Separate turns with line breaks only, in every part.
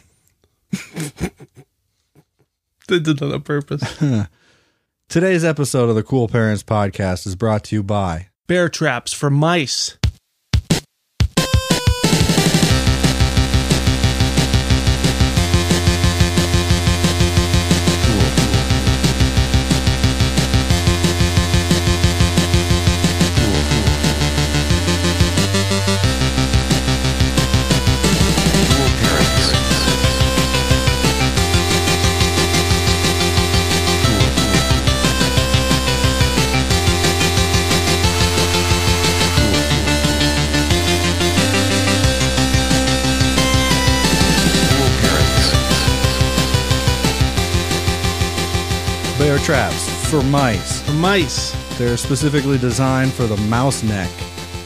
They did that on purpose.
today's episode of the Cool Parents Podcast is brought to you by
Bear traps for mice.
Bear Traps for Mice.
For mice.
They're specifically designed for the mouse neck.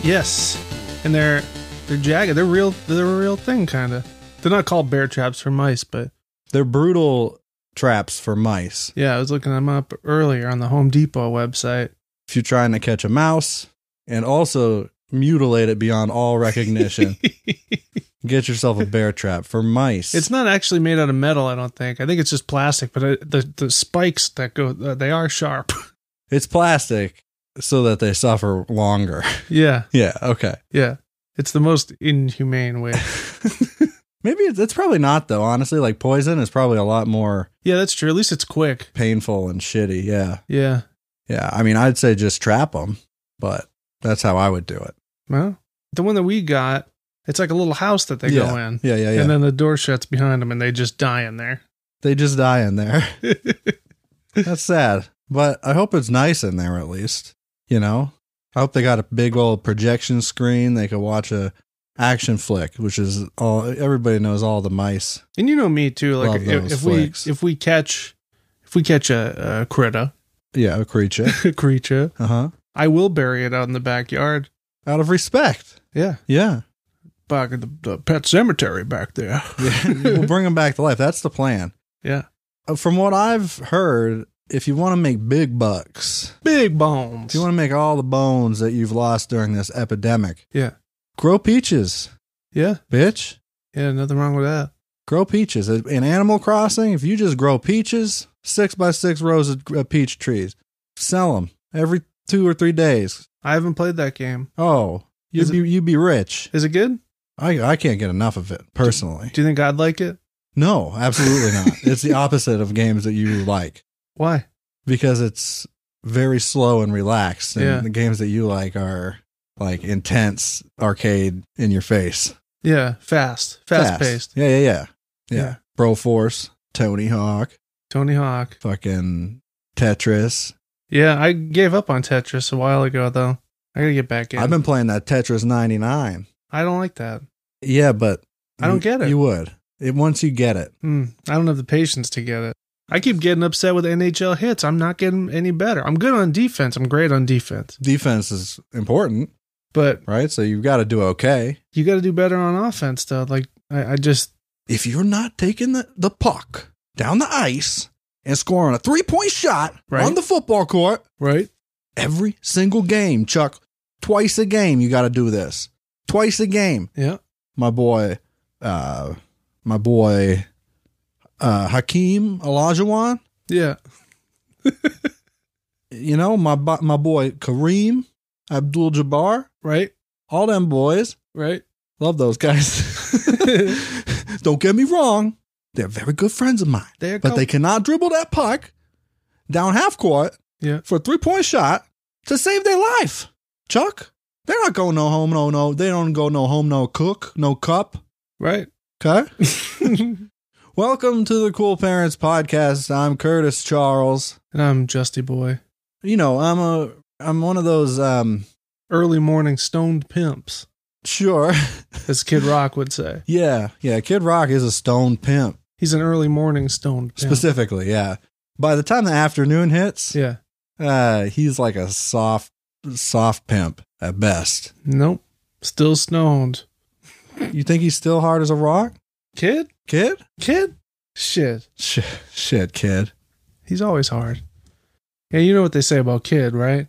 Yes. And they're they're jagged. They're real they're a real thing kinda. They're not called bear traps for mice, but
They're brutal traps for mice.
yeah, I was looking them up earlier on the Home Depot website.
If you're trying to catch a mouse and also mutilate it beyond all recognition, get yourself a bear trap for mice.
It's not actually made out of metal, I don't think. I think it's just plastic, but uh the the spikes that go uh, they are sharp.
it's plastic so that they suffer longer.
yeah.
yeah, okay.
Yeah. It's the most inhumane way.
Maybe it's, it's probably not though, honestly. Like poison is probably a lot more
yeah, that's true. At least it's quick.
painful and shitty. Yeah.
Yeah.
Yeah. I mean, I'd say just trap them, but that's how I would do it.
Well, the one that we got, it's like a little house that they
yeah.
go in.
Yeah. Yeah. Yeah.
And then the door shuts behind them and they just die in there.
they just die in there. That's sad. But I hope it's nice in there at least. You know? I hope they got a big old projection screen they could watch a action flick, which is all everybody knows all the mice.
and you know me too. Like
Love
if,
those
if we
flicks.
if we catch if we catch a, a critter,
Yeah, a creature.
a creature,
uh-huh.
I will bury it out in the backyard.
Out of respect.
Yeah,
Yeah.
back at the, the pet cemetery back there.
we'll bring them back to life. That's the plan.
Yeah,
Uh, From what I've heard, if you want to make big bucks,
big bones.
if you want to make all the bones that you've lost during this epidemic,
yeah,
grow peaches,
yeah,
bitch.
yeah. Nothing wrong with that.
Grow peaches in Animal Crossing. If you just grow peaches, six by six rows of uh, peach trees, sell them every two or three days.
I haven't played that game.
Oh, you'd
Is it-
be you'd be rich.
Is it good?
I I can't get enough of it personally.
Do you think I'd like it?
No, absolutely not. it's the opposite of games that you like
Why?
because it's very slow and relaxed, and
Yeah.
the games that you like are like intense arcade in your face,
Yeah, fast, fast paced.
Yeah, yeah, yeah, yeah.
Yeah.
Bro Force, Tony Hawk,
Tony Hawk.
fucking Tetris.
Yeah, I gave up on Tetris a while ago though. I gotta get back in.
I've been playing that Tetris 99.
I don't like that.
Yeah, but
I don't
you-
get it.
You would. It, once you get it.
Hmm, I don't have the patience to get it. I keep getting upset with NHL hits. I'm not getting any better. I'm good on defense. I'm great on defense.
Defense is important,
But
right? So you've got to do okay.
you got to do better on offense, though. Like, I, I just,
If you're not taking the, the puck down the ice and scoring a three point shot
Right.
on the football court
right?
every single game, Chuck, twice a game, you got to do this. Twice a game.
Yeah.
My boy, uh, my boy, uh, Hakeem Olajuwon,
Yeah.
you know, my bo- my boy Kareem Abdul Jabbar,
Right.
all them boys,
Right.
love those guys. Don't get me wrong, they're very good friends of mine,
They're
but they cannot dribble that puck down half court
Yeah.
for a three point shot to save their life. Chuck, they're not going no home, no, no, they don't go no home, no cook, no cup.
right.
Okay. Welcome to the Cool Parents Podcast. I'm Curtis Charles.
And I'm Justy Boy.
You know, I'm a I'm one of those um
Early morning stoned pimps,
sure
as Kid Rock would say.
Yeah, yeah. Kid Rock is a stone pimp.
He's an early morning stoned. pimp.
Specifically, yeah. By the time the afternoon hits,
Yeah.
uh, he's like a soft, soft pimp at best.
Nope. Still stoned.
You think he's still hard as a rock,
Kid?
kid?
Kid? Shit.
Shit, shit, kid.
He's always hard. Yeah, you know what they say about kid, right?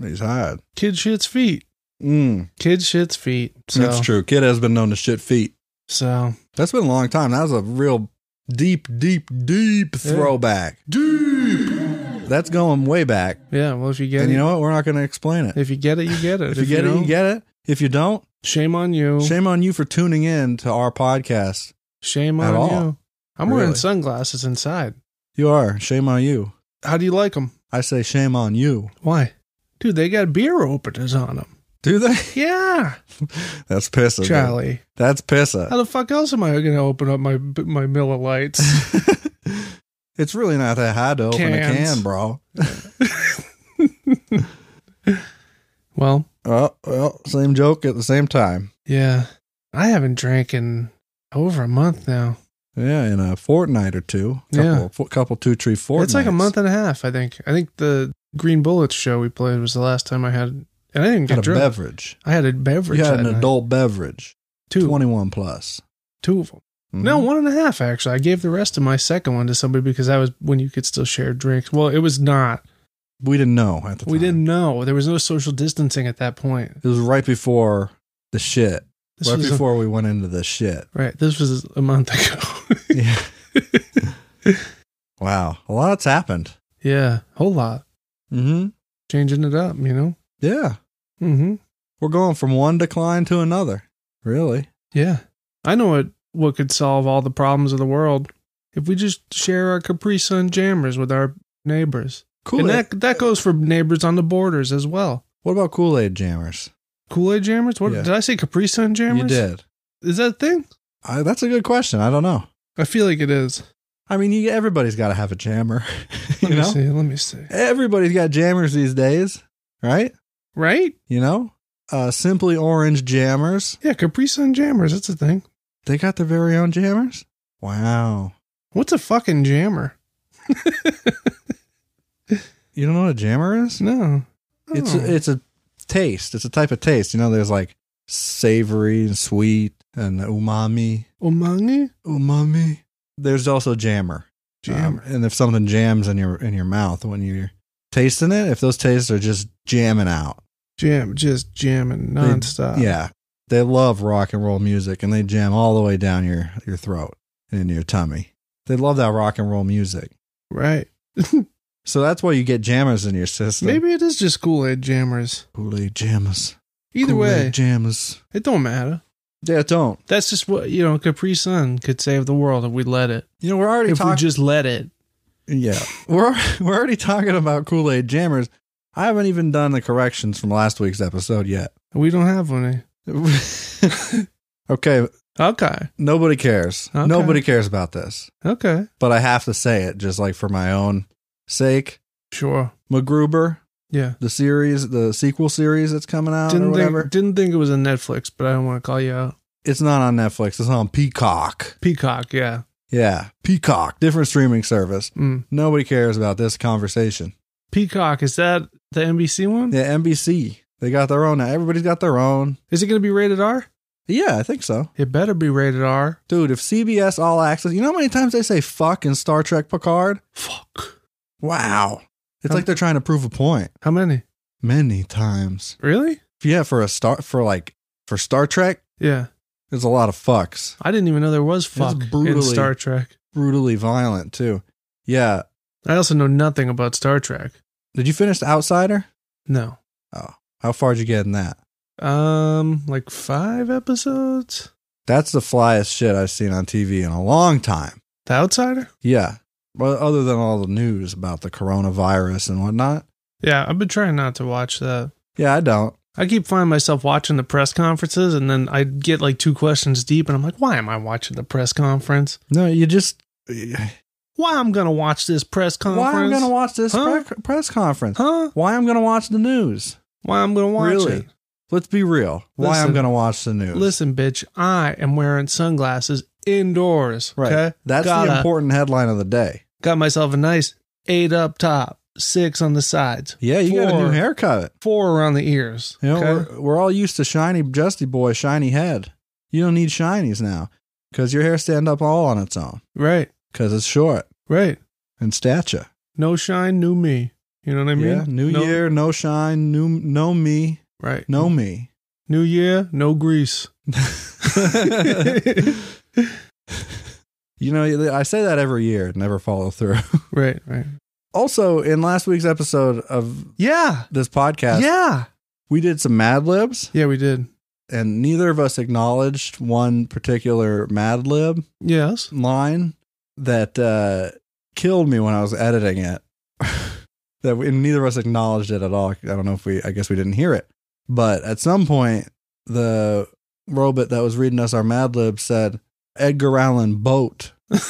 He's hard.
Kid shits feet.
Mm,
Kid shits feet. So,
That's true. Kid has been known to shit feet.
So
That's been a long time. That was a real deep, deep, deep
Yeah.
throwback. Deep. That's going way back.
yeah. Well, if you get
And
it,
you know what? We're not going to explain it.
if you get it, you get it.
If, you get it,
don't,
you get it. If you don't,
Shame on you. Shame,
shame on you for tuning in to our podcast. at
on
all.
you. I'm wearing
Really.
sunglasses inside.
You are. Shame on you.
How do you like them?
I say shame on you.
Why? Dude, they got beer openers on them.
Do they?
Yeah,
That's pissa. dude.
Charlie.
That's pissa.
How the fuck else am I going to open up my my Miller Lights?
it's really not that hard to open a
Cans.
can, bro.
well,
Oh, well, same joke at the same time.
yeah. I haven't drank in over a month now.
Yeah, in a fortnight or two. Couple,
Yeah.
fo- couple two, three fortnights.
It's like a month and a half, I think. I think the Green Bullets show we played was the last time I had, and I didn't get
Got a
drunk.
beverage.
I had a beverage.
You had
that
an
night.
adult beverage.
two,
21 plus.
two of them.
Mhm.
No, one and a half actually. I gave the rest of my second one to somebody because that was when you could still share drinks. Well, it was not.
We didn't know at the time.
We didn't know. There was no social distancing at that point.
It was right before the shit.
This
right
was a-
before we went into the shit.
right. This was a month ago.
Yeah. wow. A lot's happened.
yeah, whole lot
Mm-hmm.
changing it up. You know.
Yeah.
Mm-hmm.
We're going from one decline to another. Really?
Yeah, I know what what could solve all the problems of the world if we just share our Capri Sun jammers with our neighbors.
Kool
And
Aid.
that that goes for neighbors on the borders as well.
What about Kool Aid jammers?
Kool Aid jammers? What
Yeah.
did I say? Capri Sun jammers?
You did.
Is that a thing?
I, that's a good question. I don't know.
I feel like it is.
I mean, you, everybody's got to have a jammer. you
Let me
know?
see. Let me see.
Everybody's got jammers these days, right?
Right?
You know? Uh, Simply Orange jammers.
Yeah, Capri Sun jammers. That's a thing.
They got their very own jammers? Wow.
What's a fucking jammer?
You don't know what a jammer is?
No.
It's
Oh.
a, it's a taste. It's a type of taste. You know, there's like savory and sweet and umami.
umami
Umami. There's also jammer.
jammer.
Um, and if something jams in your in your mouth when you're tasting it, if those tastes are just jamming out,
Jam, just jamming
they-
nonstop.
yeah, they love rock and roll music, and they jam all the way down your your throat and into your tummy. They love that rock and roll music,
Right.
so that's why you get jammers in your system.
Maybe it is just Kool Aid jammers.
Kool Aid jammers.
Either
Kool-Aid
way,
jammers.
it don't matter.
Yeah, don't.
That's just what you know. Capri Sun could save the world if we let it.
You know, we're already
If we
talking.
just let it.
yeah, we're we're already talking about Kool Aid jammers. I haven't even done the corrections from last week's episode yet.
We don't have any.
okay,
Okay.
Nobody cares.
Okay.
Nobody cares about this.
Okay.
But I have to say it just like for my own sake.
Sure.
MacGruber,
Yeah.
the series, the sequel series that's coming out or
Didn't
whatever.
think, didn't think it was on Netflix, but I don't want to call you out.
it's not on Netflix. It's on Peacock.
Peacock, yeah.
Yeah, Peacock, different streaming service.
Mm.
Nobody cares about this conversation.
Peacock, is that the NBC one?
Yeah, NBC. They got their own now. Everybody's got their own.
Is it going to be rated R?
Yeah, I think so.
It better be rated R.
Dude, if CBS All Access, you know how many times they say fuck in Star Trek Picard?
Fuck.
Wow. It's
Um,
like they're trying to prove a point.
How many?
Many times.
Really?
Yeah, for a star for like for Star Trek,
Yeah.
there's a lot of fucks.
I didn't even know there was
That's
fuck in
brutally-
Star Trek.
Brutally violent too. Yeah.
I also know nothing about Star Trek.
Did you finish The Outsider?
No.
Oh. How far did you get in that?
Um, like five episodes?
That's the flyest shit I've seen on TV in a long time.
The Outsider?
Yeah. Well, other than all the news about the coronavirus and whatnot.
Yeah, I've been trying not to watch that.
Yeah, I don't.
I keep finding myself watching the press conferences, and then I get like two questions deep, and I'm like, why am I watching the press conference?
No, you just why
Why I'm gonna watch this press conference?
I'm gonna watch this
Huh?
pre- press conference.
Huh?
Why I'm gonna watch the news.
Why I'm gonna watch
Really?
it?
Let's be real. why I'm
Listen.
gonna watch the news.
Listen, bitch, I am wearing sunglasses indoors.
Right.
Okay?
That's
got
the
a-
important headline of the day.
Got myself a nice eight up top, six on the sides,
Yeah, you got a new
Four.
haircut.
four around the ears.
You know,
okay?
we're, we're all used to shiny Justy Boy, shiny head. You don't need shinies now because your hair stand up all on its own
Right.
because it's short
Right.
in stature.
No shine, new me. You know what I mean?
yeah, new
No-
year, no shine, new no me,
Right.
no me.
New year, no grease.
you know, I say that every year, never follow through.
right, right.
Also, in last week's episode of
Yeah.
this podcast,
Yeah.
we did some Mad Libs,
Yeah, we did.
and neither of us acknowledged one particular Mad Lib.
Yes.
line that uh, killed me when I was editing it. that we, and neither of us acknowledged it at all. I don't know if we, I guess we didn't hear it. But at some point, the robot that was reading us our Mad Lib said, Edgar Allan Boat. Which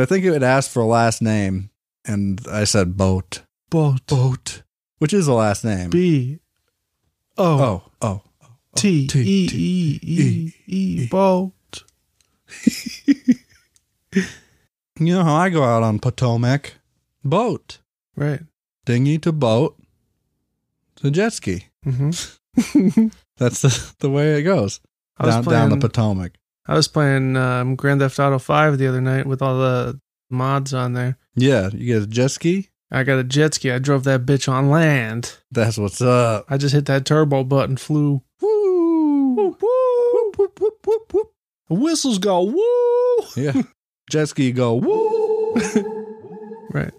I think it had asked for a last name. And I said Boat,
Boat.
Boat, which is a last name.
B. O.
oh, oh.
T.
T-
E.
T-
E. E. E. Boat.
You know how I go out on Potomac? Boat.
Right.
dinghy to boat to jet ski.
Mm-hmm.
That's the, the way it goes
I was
down,
playing,
down the Potomac.
I was playing um, Grand Theft Auto 5 the other night with all the mods on there.
Yeah, you get a jet ski.
I got a jet ski. I drove that bitch on land.
That's what's up.
I just hit that turbo button, flew.
Woo! Whoop, whoop, whoop, whoop, whoop.
The whistles go woo.
Yeah. jet ski go woo.
Right.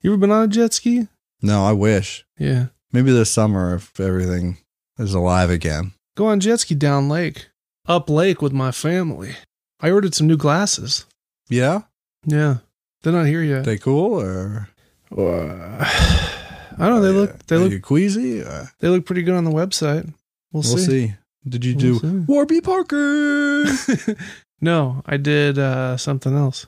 You ever been on a jet ski?
no, I wish.
Yeah.
Maybe this summer if everything is alive again.
Go on jet ski down lake, up lake with my family. I ordered some new glasses.
Yeah?
Yeah. They're not here yet.
They cool or
Uh, I don't know. They look. They
are
look.
Oh, you queasy? Or?
They look pretty good on the website. We'll,
We'll,
see.
see. Did you do
We'll see.
Warby Parker?
no, I did uh, something else.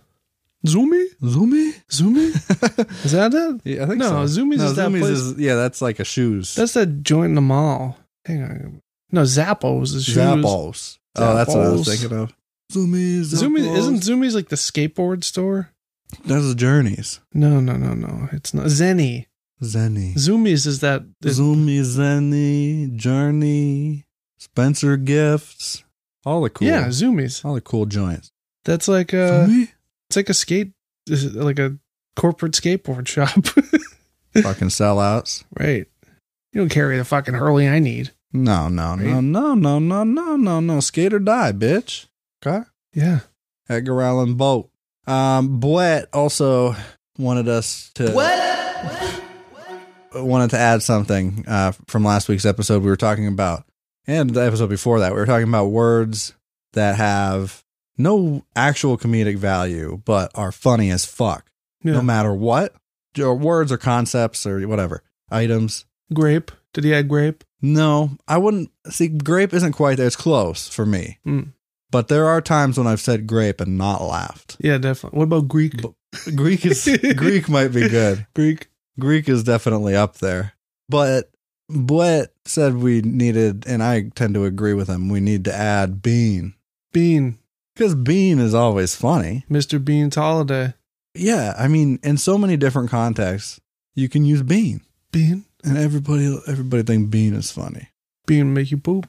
Zoomy?
Zoomy?
Zoomy? Is that it?
Yeah, I think
No,
so.
Zoomies is that place-
is- yeah, that's like a shoes.
That's that joint in the mall. Hang on. No, Zappos is shoes.
Zappos. Oh, that's what I was
Zappos.
thinking of. Zoomies.
Zoomies isn't Zoomies like the skateboard store?
that's Journeys.
No, no, no, no. It's not Zenny.
Zenny.
Zoomies is that is-
Zoomy, Zenny, Journey, Spencer Gifts. All the cool.
Yeah, Zoomies.
All the cool joints.
That's like a
Zoomy?
it's like a skate is it like a corporate skateboard shop.
Fucking sellouts.
right. You don't carry the fucking Hurley I need.
No, no, no,
Right?
no, no, no, no, no, no. Skate or die, bitch. Okay.
Yeah.
Edgar Allan Boat. Um, Bwet also wanted us to. Wanted to add something uh, from last week's episode. We were talking about, and the episode before that, we were talking about words that have no actual comedic value, but are funny as fuck,
yeah.
no matter what. Or words or concepts or whatever items.
grape. Did he add grape?
No, I wouldn't see. Grape isn't quite there. It's close for me,
Mm.
but there are times when I've said grape and not laughed.
Yeah, definitely. What about Greek?
Greek is Greek might be good.
Greek.
Greek is definitely up there. But Blett said we needed, and I tend to agree with him. We need to add Bean
Bean.
because Bean is always funny.
Mr. Bean's holiday.
Yeah, I mean, in so many different contexts, you can use Bean,
Bean.
and everybody everybody think Bean is funny.
Bean make you poop.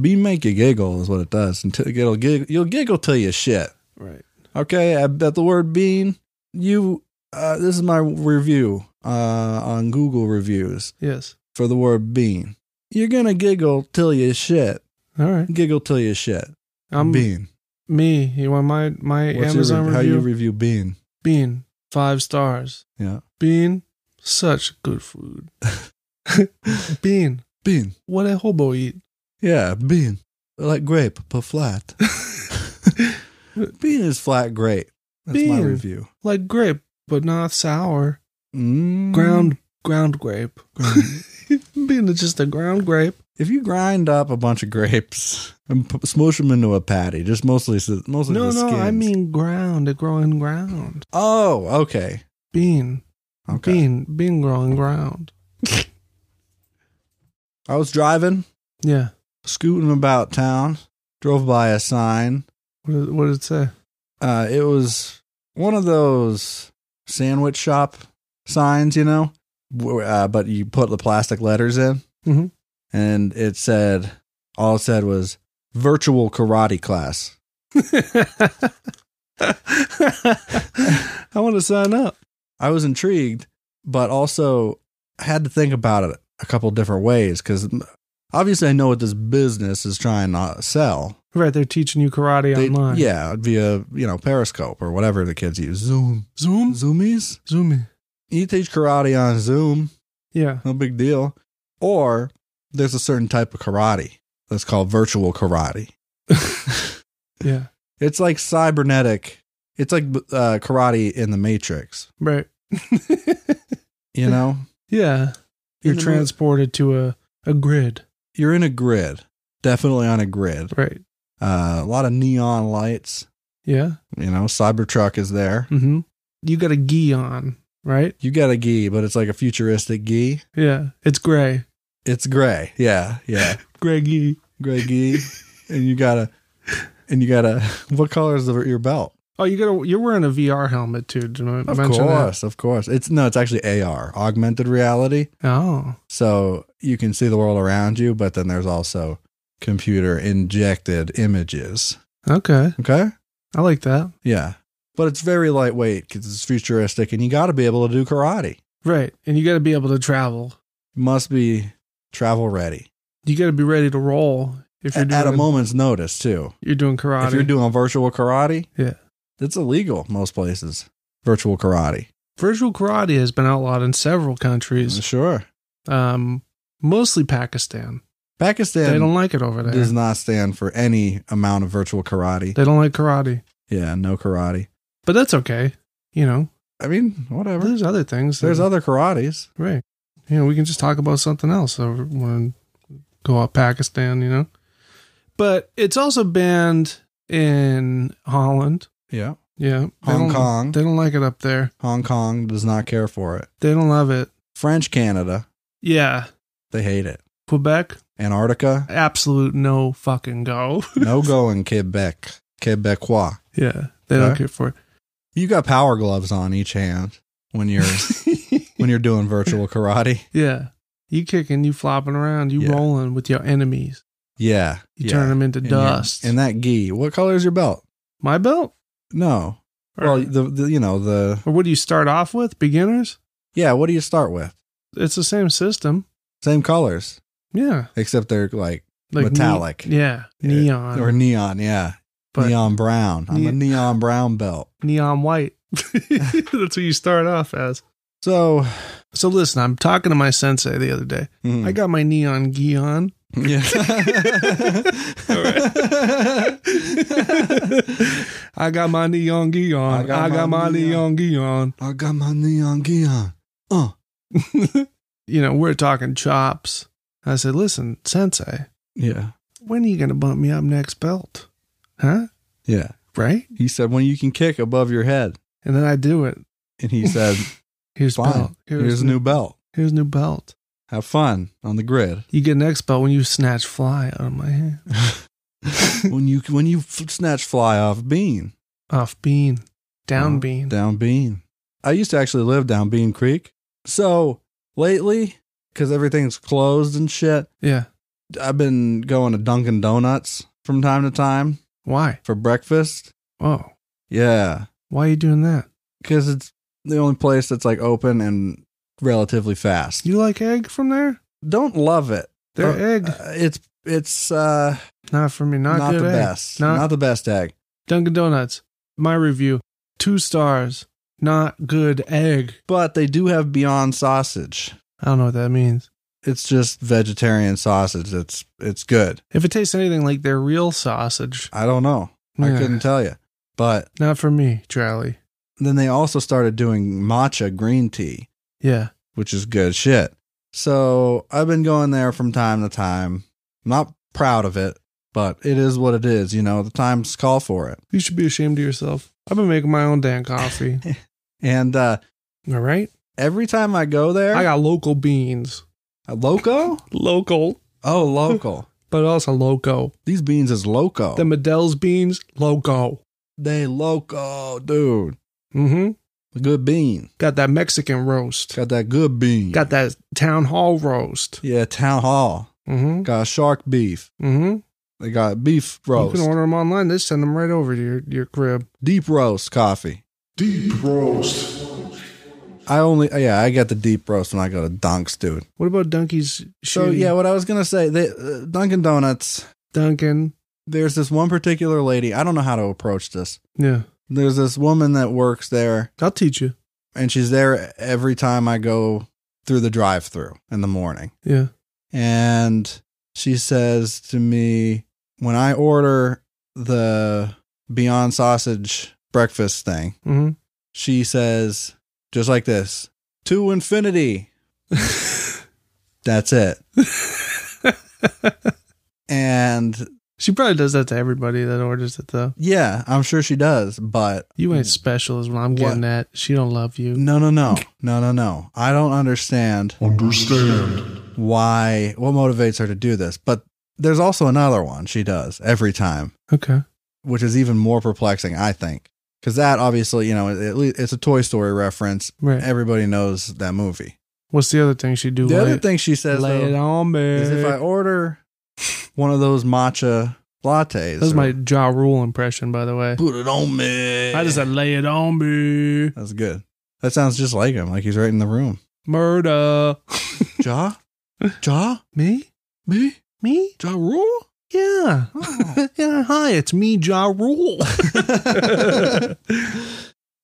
Bean make you giggle is what it does. Until it'll giggle, you'll giggle till you shit.
Right.
Okay, I bet the word bean. You, uh, this is my review uh, on Google reviews
Yes.
for the word bean. You're gonna giggle till you shit.
All right.
Giggle till you shit.
I'm
bean.
me. You want my my
What's your
Amazon
re-
review?
How you review bean?
Bean. Five stars.
Yeah,
Bean. Such good food. Bean.
bean.
What a hobo eat.
Yeah, bean. Like grape, but flat. bean is flat grape. That's my
Bean.
review.
Like grape, but not sour.
Mm.
Ground ground grape. Bean is just a ground grape.
If you grind up a bunch of grapes and p- smoosh them into a patty, just mostly s- mostly
No,
the
no, I
skins.
mean ground, a growing ground.
Oh, okay.
Bean.
Okay.
Bean. Bean growing ground.
I was driving
Yeah.
scooting about town, drove by a sign.
What did, what did it say?
Uh, it was one of those sandwich shop signs, you know, wh- uh, but you put the plastic letters in.
Mhm.
And it said, all it said was virtual karate class.
I want to sign up.
I was intrigued, but also had to think about it a couple different ways because obviously I know what this business is trying to sell.
Right, they're teaching you karate
They-
online.
yeah, via, you know, Periscope or whatever the kids use. Zoom.
Zoom,
Zoomies?
zoom in.
You teach karate on Zoom.
Yeah.
no big deal. Or there's a certain type of karate that's called virtual karate.
Yeah.
It's like cybernetic. It's like uh, karate in the Matrix.
Right.
You know,
yeah. You're
In the mo-
transported to a, a grid.
you're in a grid, definitely on a grid.
Right.
Uh, a lot of neon lights.
Yeah.
You know, Cybertruck is there.
Mm-hmm. You got a gi on, right?
You got a gi, but it's like a futuristic gi.
Yeah. It's gray.
It's gray. Yeah, yeah,
Gray gi.
gray gi. And you got a, and you got a. What color is the, your belt?
Oh, you got a, you're wearing a VR helmet too. Did I
Of
mention
course, of course. It's no, it's actually AR, augmented reality.
that? Oh.
So you can see the world around you, but then there's also computer injected images.
Okay.
Okay?
I like that.
Yeah. But it's very lightweight because it's futuristic and you got to be able to do karate.
Right. And you got to be able to travel.
Must be travel ready
You got to be ready to roll if you're
at,
doing
at a moment's notice, too.
You're doing karate.
If you're doing virtual karate,
Yeah.
it's illegal most places. Virtual karate.
Virtual karate has been outlawed in several countries,
Sure.
um, mostly Pakistan.
Pakistan
they don't like it eh? over there.
does not stand for any amount of virtual karate.
They don't like karate,
Yeah, no karate.
but that's okay. You know,
I mean, whatever.
there's other things.
There's
that-
other karates.
right. You know, we can just talk about something else. So we want to go out Pakistan, you know, but it's also banned in Holland.
Yeah.
Yeah, They
Hong
don't-
Kong.
They don't like it up there.
Hong Kong does not care for it.
They don't love it.
French Canada,
Yeah,
they hate it.
Quebec,
Antarctica,
absolute no fucking go.
no go in Quebec. Quebecois.
yeah, they don't
Okay.
care for
You got power gloves on each hand when you're
it.
when you're doing virtual karate.
Yeah. You kicking, you flopping around, you
Yeah.
rolling with your enemies.
Yeah.
You
yeah.
turn them into
And your-
dust.
And that gi. What color is your belt?
My belt?
No.
Or,
Well, the, the you know the
or what do you start off with? Beginners?
yeah. What do you start with?
It's the same system.
Same colors,
Yeah.
except they're like,
ne-
Metallic.
yeah. Neon.
or neon. Yeah,
but
neon brown. I'm
Ne-
a neon brown belt.
neon white. That's what you start off as.
So
So listen, I'm talking to my sensei the other day.
mm.
I got my neon gi on.
hmm. Yeah.
I got my neon gi on. I got, my, neon gi on.
I got my neon geon. Uh,
You know, we're talking chops. I said, listen, sensei,
yeah.
when are you going to bump me up next belt? Huh?
Yeah.
Right?
He said, when you can kick above your head.
And then I do it.
And he said,
Here's
Fine.
belt. Here's,
here's a
new,
new belt.
here's new belt.
Have fun on the grid.
You get next belt when you snatch fly out of my hand.
when you when you f- snatch fly off bean.
Off bean. Down
Uh,
bean.
Down bean. I used to actually live down Bean Creek. So lately, because everything's closed and shit,
yeah.
I've been going to Dunkin' Donuts from time to time
Why?
for breakfast.
Oh.
Yeah,
Why are you doing that?
because it's the only place that's like open and relatively fast. You
You like egg from there?
don't love it.
Their
Uh,
egg.
Uh, it's it's uh,
not for me. Not,
not,
good
the
egg.
best.
Not,
Not, the best egg.
Dunkin' Donuts. My review. Two stars. Not good egg.
But they do have Beyond Sausage.
I don't know what that means.
It's just vegetarian sausage. It's it's good.
If it tastes anything like their real sausage,
I don't know.
Yeah.
I couldn't tell you. But
not for me, Charlie.
then they also started doing matcha green tea.
Yeah.
which is good shit. So I've been going there from time to time. I'm not proud of it, but it is what it is. You know, the times call for it.
You should be ashamed of yourself. I've been making my own damn coffee.
And uh,
All right.
every time I go there,
I got local beans.
a loco.
Local.
Oh, local.
but also loco.
These beans is loco.
The Medell's beans, loco.
they loco, dude.
Mm-hmm.
A good bean.
Got that Mexican roast.
Got that good bean.
Got that town hall roast.
yeah, town hall.
Mm-hmm.
Got shark beef.
Mm-hmm.
They got beef roast.
You can order them online. They send them right over to your, your crib.
deep roast coffee.
Deep roast.
I only yeah, I get the deep roast when I go to Dunk's, dude.
What about Dunky's?
So
shitty
yeah, what I was gonna say, they, uh, Dunkin' Donuts.
Dunkin'.
There's this one particular lady. I don't know how to approach this.
Yeah,
There's this woman that works there,
I'll teach you.
and she's there every time I go through the drive-through in the morning.
Yeah.
and she says to me when I order the Beyond Sausage breakfast thing,
Mm-hmm.
she says just like this, to infinity. That's it. and
She probably does that to everybody that orders it though.
yeah, I'm sure she does, but
You ain't special is what I'm getting at. She don't love you.
no, no, no, no, no, no. I don't understand
Understand.
why, what motivates her to do this. But there's also another one she does every time.
Okay.
which is even more perplexing, I think, because that obviously, you know, at least it's a Toy Story reference.
Right.
Everybody knows that movie.
What's the other thing she do?
The other
Lay-
thing she says
lay it
though,
on me.
is if I order one of those matcha lattes,
That's
or-
my jaw rule impression, by the way.
put it on me.
I just said lay it on me.
That's good. That sounds just like him, like he's right in the room.
Murder.
Ja, Ja,
Me? Oh.
me,
Me?
Ja Rule.
Yeah. yeah. Hi, it's me, jaw rule.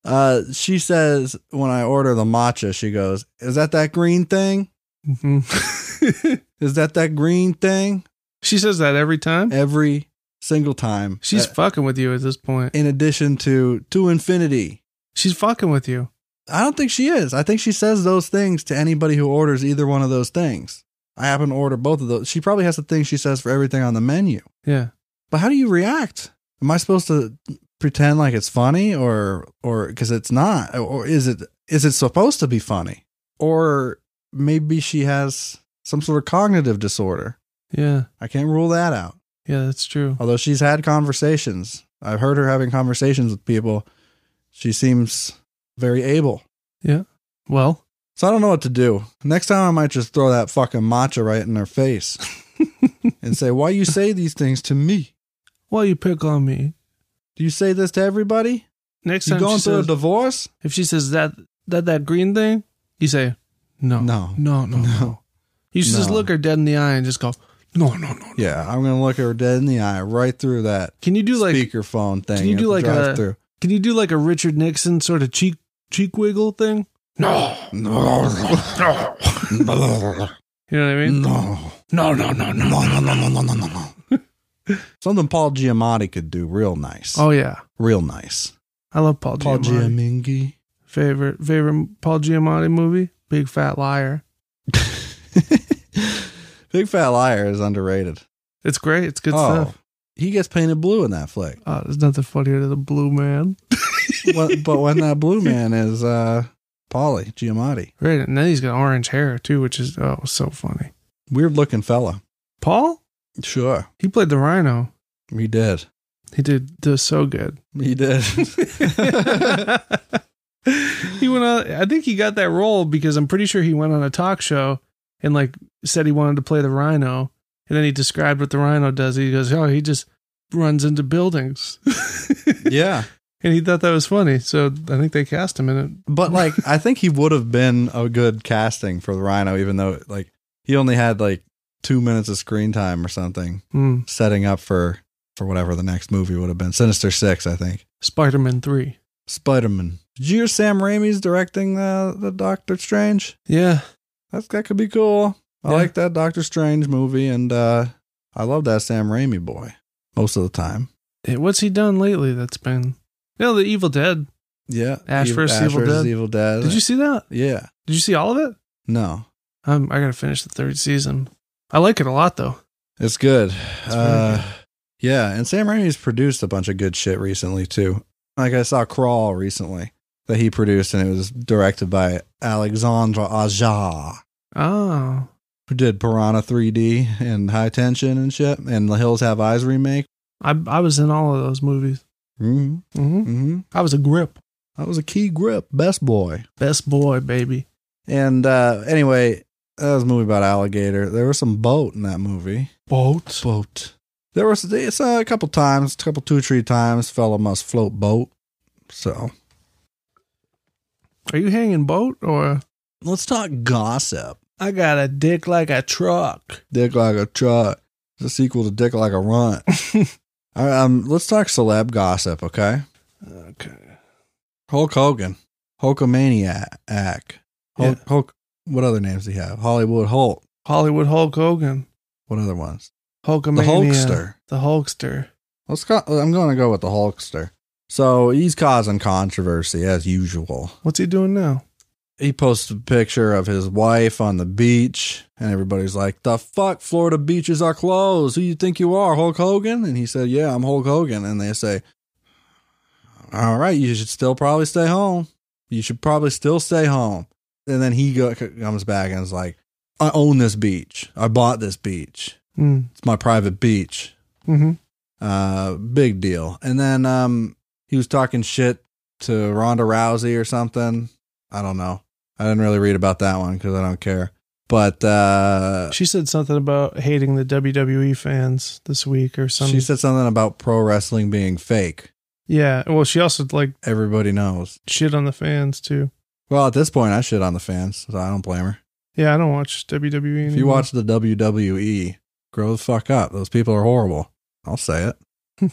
Uh, she says when I order the matcha, she goes, "Is that that green thing?"
Mhm.
Is that that green thing?
she says that every time.
Every single time.
She's
Uh,
fucking with you at this point.
in addition to to infinity.
She's fucking with you.
I don't think she is. I think she says those things to anybody who orders either one of those things. I happen to order both of those. She probably has the thing she says for everything on the menu.
Yeah.
But how do you react? Am I supposed to pretend like it's funny or or because it's not or is it is it supposed to be funny? Or maybe she has some sort of cognitive disorder.
Yeah.
I can't rule that out.
Yeah, that's true.
although she's had conversations i've heard her having conversations with people she seems very able
Well,
so i don't know what to do next time i might just throw that fucking matcha right in her face and say why you say these things to me
why you pick on me?
do you say this to everybody
Next
you
time,
going
she
through a
says,
divorce
if she says that that that green thing, you say no,
No.
no, no, no. You just
No.
look her dead in the eye and just go, no, no, no.
yeah i'm gonna look her dead in the eye right through that
Can you do like
speakerphone thing
can you
at
do
the
like a-
drive-thru.
can you do like a Richard Nixon sort of cheek cheek wiggle thing? No, no. You know what I mean?
no
No, no, no, no.
no no no no no no no something paul giamatti could do real nice
Oh yeah,
real nice
I love Paul,
Paul
Giamatti.
Giamingi.
Favorite favorite Paul Giamatti movie? Big Fat Liar.
Big Fat Liar is underrated.
It's great. It's good
Oh,
stuff.
He gets painted blue in that flick.
Oh, there's nothing funnier than the blue man.
What- but when that blue man is uh Polly Giamatti.
Right, and then he's got orange hair too, which is oh so funny.
Weird looking fella.
Paul,
Sure.
he played the Rhino.
He did.
He did does so good.
He did.
he went on. I think he got that role because I'm pretty sure he went on a talk show and like said he wanted to play the Rhino, and then he described what the Rhino does. He goes, "Oh, he just runs into buildings,"
yeah.
and he thought that was funny. So I think they cast him in it.
But like I think he would have been a good casting for the Rhino, even though like he only had like two minutes of screen time or something,
Hmm.
setting up for for whatever the next movie would have been. Sinister Six, I think.
Spider-Man Three.
Spider Man. Did you hear Sam Raimi's directing the the Doctor Strange?
Yeah,
That's that could be cool. I
Yeah.
like that Doctor Strange movie, and uh, I love that Sam Raimi boy most of the time.
Hey, what's he done lately? That's been no the Evil Dead.
Yeah,
Ash
Ev-
versus Evil
versus
Dead.
Evil Dead.
Did you see that?
Yeah.
Did you see all of it?
No,
Um, I gotta finish the third season. I like it a lot though.
it's good.
very
uh,
good.
Yeah, and Sam Raimi's produced a bunch of good shit recently too. Like I saw Crawl recently that he produced, and it was directed by Alexandra Aja.
Oh,
who did Piranha 3D and High Tension and shit, and The Hills Have Eyes remake.
I I was in all of those movies.
Mm-hmm.
hmm
Mm-hmm.
I was a grip,
That was a key grip, best boy.
best boy, baby.
And uh, anyway, that was a movie about alligator. There was some boat in that movie.
Boats.
Boat. There was it's uh, a couple times, a couple two three times. Fella must float boat. So
Are you hanging boat or?
let's talk gossip.
I got a dick like a truck.
Dick like a truck. It's a sequel to Dick like a runt. All right, um, let's talk celeb gossip, okay?
Okay.
Hulk Hogan, Hulkamaniac, Hulk,
Yeah.
Hulk. What other names do you have? Hollywood Hulk.
Hollywood Hulk Hogan.
What other ones?
Hulkamania.
Hulkster.
The Hulkster.
Let's go. I'm going to go with the Hulkster. So he's causing controversy as usual.
What's he doing now?
He posted a picture of his wife on the beach, and everybody's like, "The fuck, Florida beaches are closed. Who you think you are, Hulk Hogan?" And he said, "Yeah, I'm Hulk Hogan." And they say, "All right, you should still probably stay home. You should probably still stay home." And then he go, comes back and is like, "I own this beach. I bought this beach.
Mm.
It's my private beach."
hmm
uh big deal and then um he was talking shit to ronda rousey or something i don't know i didn't really read about that one because i don't care but uh
She said something about hating the WWE fans this week or something.
she said something about pro wrestling being fake
yeah. Well, she also like
everybody knows
shit on the fans too.
well at this point i shit on the fans so i don't blame her
Yeah, I don't watch WWE anymore.
if you watch the wwe grow the fuck up those people are horrible i'll say it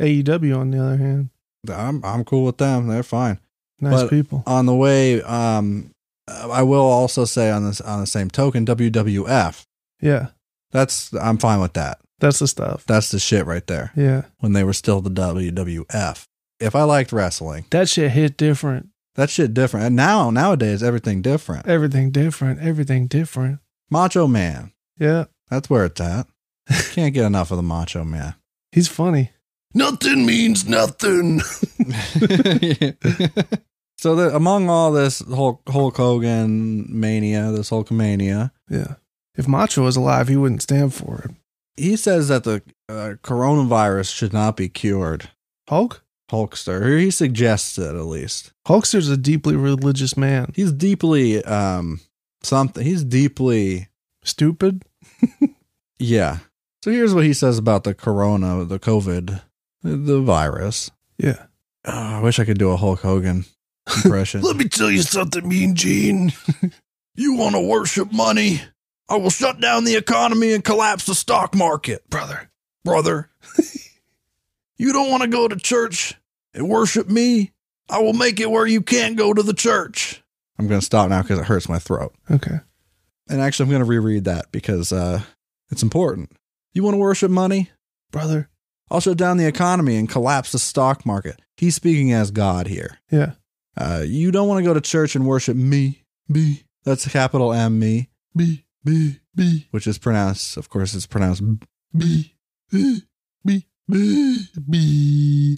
AEW, E on the other hand,
i'm, I'm cool with them they're fine
nice
But- uh,
people.
on the way um i will also say on this on the same token wwf
Yeah,
That's I'm fine with that.
that's the stuff.
That's the shit right there.
Yeah,
When they were still the WWF. If I liked wrestling,
that shit hit different.
that shit different. And now nowadays everything different.
Everything different. Everything different.
Macho Man.
Yeah,
That's where it's at. Can't get enough of the Macho Man.
he's funny.
Nothing means nothing.
so the, among all this Hulk, Hulk Hogan mania, this Hulkamania,
Yeah, if Macho was alive, he wouldn't stand for it.
he says that the uh, coronavirus should not be cured.
Hulk.
Hulkster, or he suggests it at least.
Hulkster's a deeply religious man.
he's deeply um something he's deeply
Stupid.
yeah so here's what he says about the corona the covid the virus
Yeah.
oh, i wish i could do a hulk hogan impression
Let me tell you something, Mean Gene. you want to worship money? I will shut down the economy and collapse the stock market, brother. Brother. you don't want to go to church and worship me? I will make it where you can't go to the church.
i'm gonna stop now because it hurts my throat
Okay.
and actually i'm gonna reread that because uh it's important you want to worship money
Brother.
i'll shut down the economy and collapse the stock market he's speaking as god here
Yeah.
Uh, you don't want to go to church and worship me. B. That's capital M me. B. B. B. Which is pronounced, of course, it's pronounced B. B. B. B. B.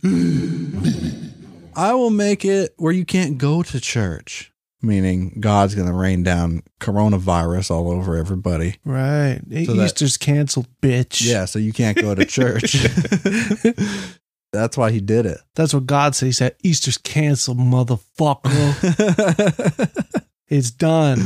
I will make it where you can't go to church. Meaning God's going to rain down coronavirus all over everybody.
Right.
So that-
Easter's canceled, bitch.
Yeah, so you can't go to church. That's why he did it.
That's what God said. He said, Easter's canceled, motherfucker. it's done.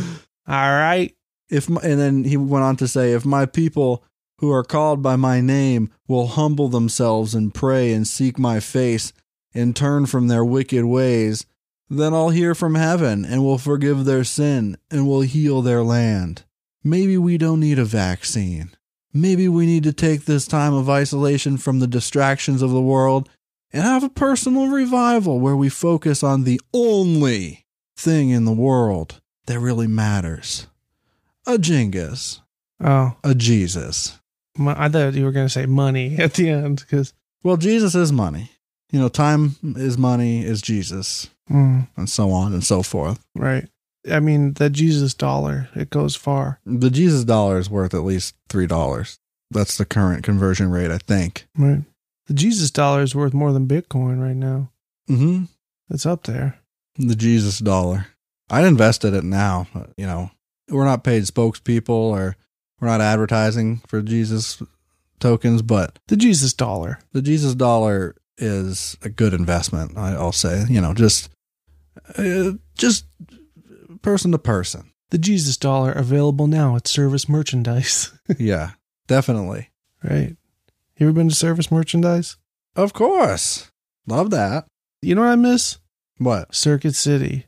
All right.
if my, and then he went on to say if my people who are called by my name will humble themselves and pray and seek my face and turn from their wicked ways then I'll hear from heaven and will forgive their sin and will heal their land maybe we don't need a vaccine maybe we need to take this time of isolation from the distractions of the world and have a personal revival where we focus on the only thing in the world that really matters a Genghis,
Oh,
a Jesus.
my, I thought you were going to say money at the end because
Well, Jesus is money. You know, time is money, is Jesus, and so on and so forth.
mm, Right. I mean, that Jesus dollar, it goes far.
The Jesus dollar is worth at least $3. That's the current conversion rate, I think.
Right. The Jesus dollar is worth more than Bitcoin right now.
Mm-hmm.
It's up there.
The Jesus dollar. I'd invest in it now. but, You know, we're not paid spokespeople or We're not advertising for Jesus tokens, but
The Jesus dollar.
the Jesus dollar is a good investment. I- I'll say, you know, just uh, just person to person.
The Jesus dollar available now at Service Merchandise.
yeah, definitely.
right. You ever been to Service Merchandise?
Of course, love that.
You know what I miss?
What
Circuit City.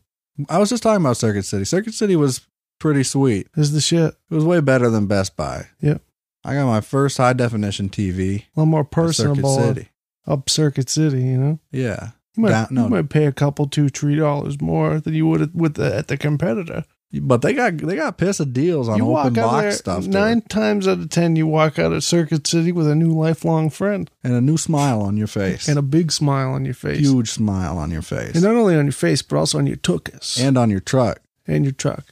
I was just talking about Circuit City. Circuit City was pretty sweet.
This is the shit.
It was way better than Best Buy.
Yep.
I got my first high definition TV.
A little more
at
personable.
Circuit City.
Up Circuit City, you know?
Yeah.
You might,
Down- no.
you might pay a couple, two, three dollars more than you would at- with the, at the competitor.
But they got they got piss of deals on
you
open
walk out
box
there
stuff dude.
nine times out of ten. You walk out of Circuit City with a new lifelong friend
and a new smile on your face.
and a big smile on your face,
huge smile on your face.
and not only on your face but also on your tuchus
and on your truck.
and your truck.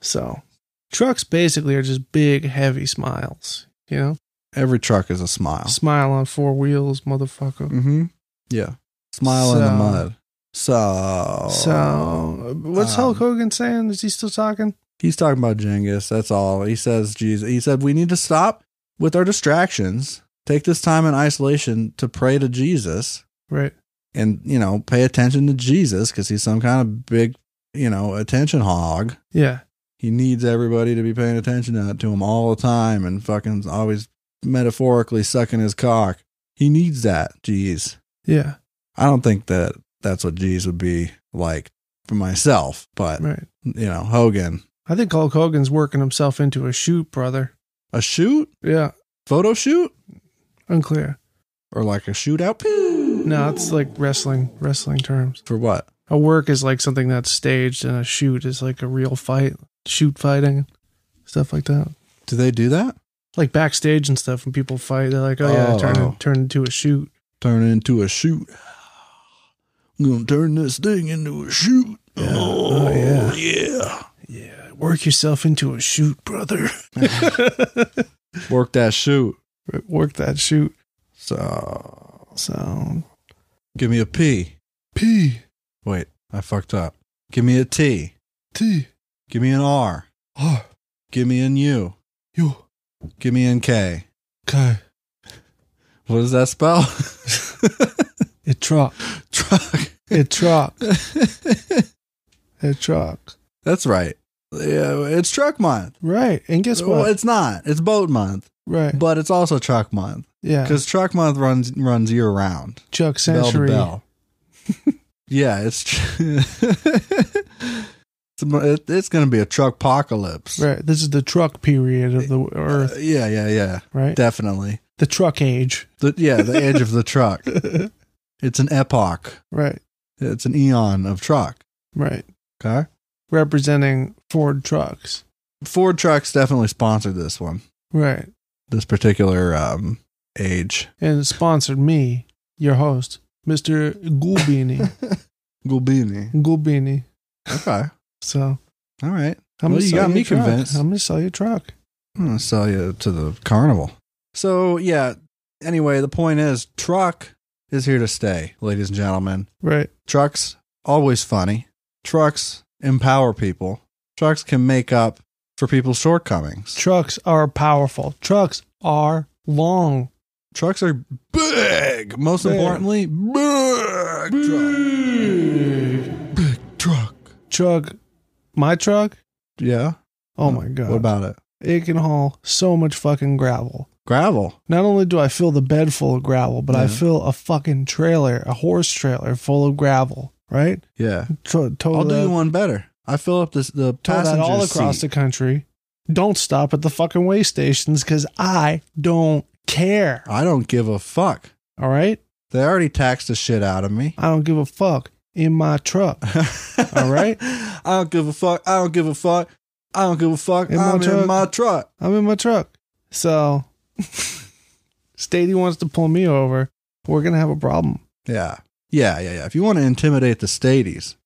So, trucks basically are just big, heavy smiles. You know,
Every truck is a smile.
smile on four wheels, motherfucker.
Mm-hmm. Yeah. Smile in the
So-
mud. So
So, what's
um,
Hulk Hogan saying? Is he still talking?
He's talking about Genghis. That's all. He says, Jesus. He said, we need to stop with our distractions, take this time in isolation to pray to Jesus
Right.
and, you know, pay attention to Jesus because he's some kind of big, you know, attention hog.
Yeah.
He needs everybody to be paying attention to to him all the time and fucking always metaphorically sucking his cock. He needs that. Jeez.
Yeah.
I don't think that that's what Jeez would be like for myself, but,
Right.
you know, Hogan.
I think Hulk Hogan's working himself into a shoot, brother.
A shoot?
Yeah.
Photo shoot?
Unclear.
or like a shootout Pew!
No, it's like wrestling, wrestling terms.
for what
A work is like something that's staged, and a shoot is like a real fight, shoot fighting, stuff like that.
do they do that
Like backstage and stuff, when people fight, they're like, "Oh yeah,
Oh.
turn it, turn into a shoot."
turn it into a shoot i'm gonna turn this thing into a shoot oh, yeah yeah
Yeah, work yourself into a shoot, brother.
work that shoot
work that shoot.
so
So
give me a p
P
wait i fucked up give me a t
T
give me an r
R
give me an u
U
give me an k
K.
what does that spell
It truck.
truck
It truck. It truck.
that's right yeah it's truck month
Right. And guess
well
what?
it's not it's boat month
Right.
but it's also truck month
Yeah.
because truck month runs runs year round, bell
Chuck
to
Century.
bell. yeah, it's tr- it's, a- it- it's going to be a truck apocalypse.
Right. This is the truck period of
Uh,
the earth,
yeah, yeah, yeah,
right?
definitely.
the truck age.
The, yeah, the edge of the truck. It's an epoch.
Right.
It's an eon of truck.
Right.
Okay,
Representing Ford trucks.
Ford trucks definitely sponsored this one,
Right.
this particular um, age.
And sponsored me, your host, Mr. Gulbini.
Gulbini.
Gulbini.
Okay,
So
all right.
I'm
Well, you
gonna sell
got
your
me
truck.
convinced.
I'm gonna sell your truck.
I'm gonna sell you to the carnival. So yeah. Anyway, the point is, truck is here to stay, ladies and gentlemen.
Right.
Trucks always funny. Trucks empower people. Trucks can make up for people's shortcomings.
Trucks are powerful. Trucks are long.
Trucks are big. Most
Big.
importantly, big, truck. Big truck.
Truck my truck?
Yeah.
Oh my god.
What about it?
it can haul so much fucking gravel.
Gravel.
Not only do I fill the bed full of gravel, but I
Yeah.
fill a fucking trailer, a horse trailer full of gravel, right?
Yeah.
To- tow
I'll do
that-
you one better. I fill up this the
tow that
passenger
all across
seat.
the country. Don't stop at the fucking way stations because I don't care.
I don't give a fuck.
All right?
They already taxed the shit out of me.
I don't give a fuck in my truck.
All
right.
I don't give a fuck. I don't give a fuck. I don't give a fuck.
In my
I'm
truck.
in my truck.
I'm in my truck. So, Stady wants to pull me over. We're going to have a problem.
Yeah. Yeah. Yeah. Yeah. If you want to intimidate the stadies,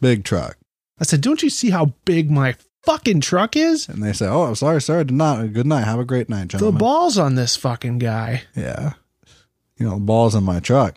big truck.
I said, Don't you see how big my fucking truck is?
And they say, oh, I'm sorry. Sorry. Did not. Good night. Have a great night,
The
gentlemen.
balls on this fucking guy.
Yeah. You know, the balls in my truck.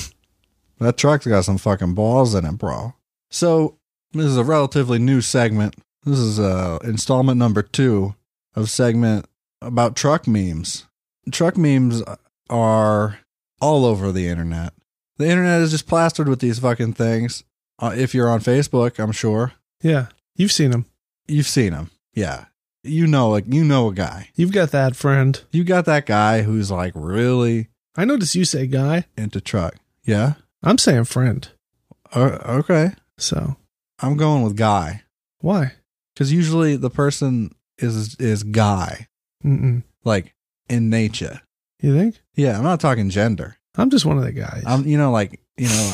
that truck's got some fucking balls in it, bro. So, this is a relatively new segment. This is uh, installment number two of segment about truck memes. Truck memes are all over the internet. The internet is just plastered with these fucking things. Uh, if you're on Facebook, I'm sure
Yeah. You've seen him.
you've seen them. Yeah, you know, like you know a guy.
You've got that friend.
You got that guy who's like really
I notice you say guy.
into truck. Yeah.
I'm saying friend.
Uh, okay.
So
I'm going with guy
why?
because usually the person is is guy
Mm-mm.
like in nature.
You think?
Yeah, I'm not talking gender.
I'm just one of the guys.
I'm you know like you know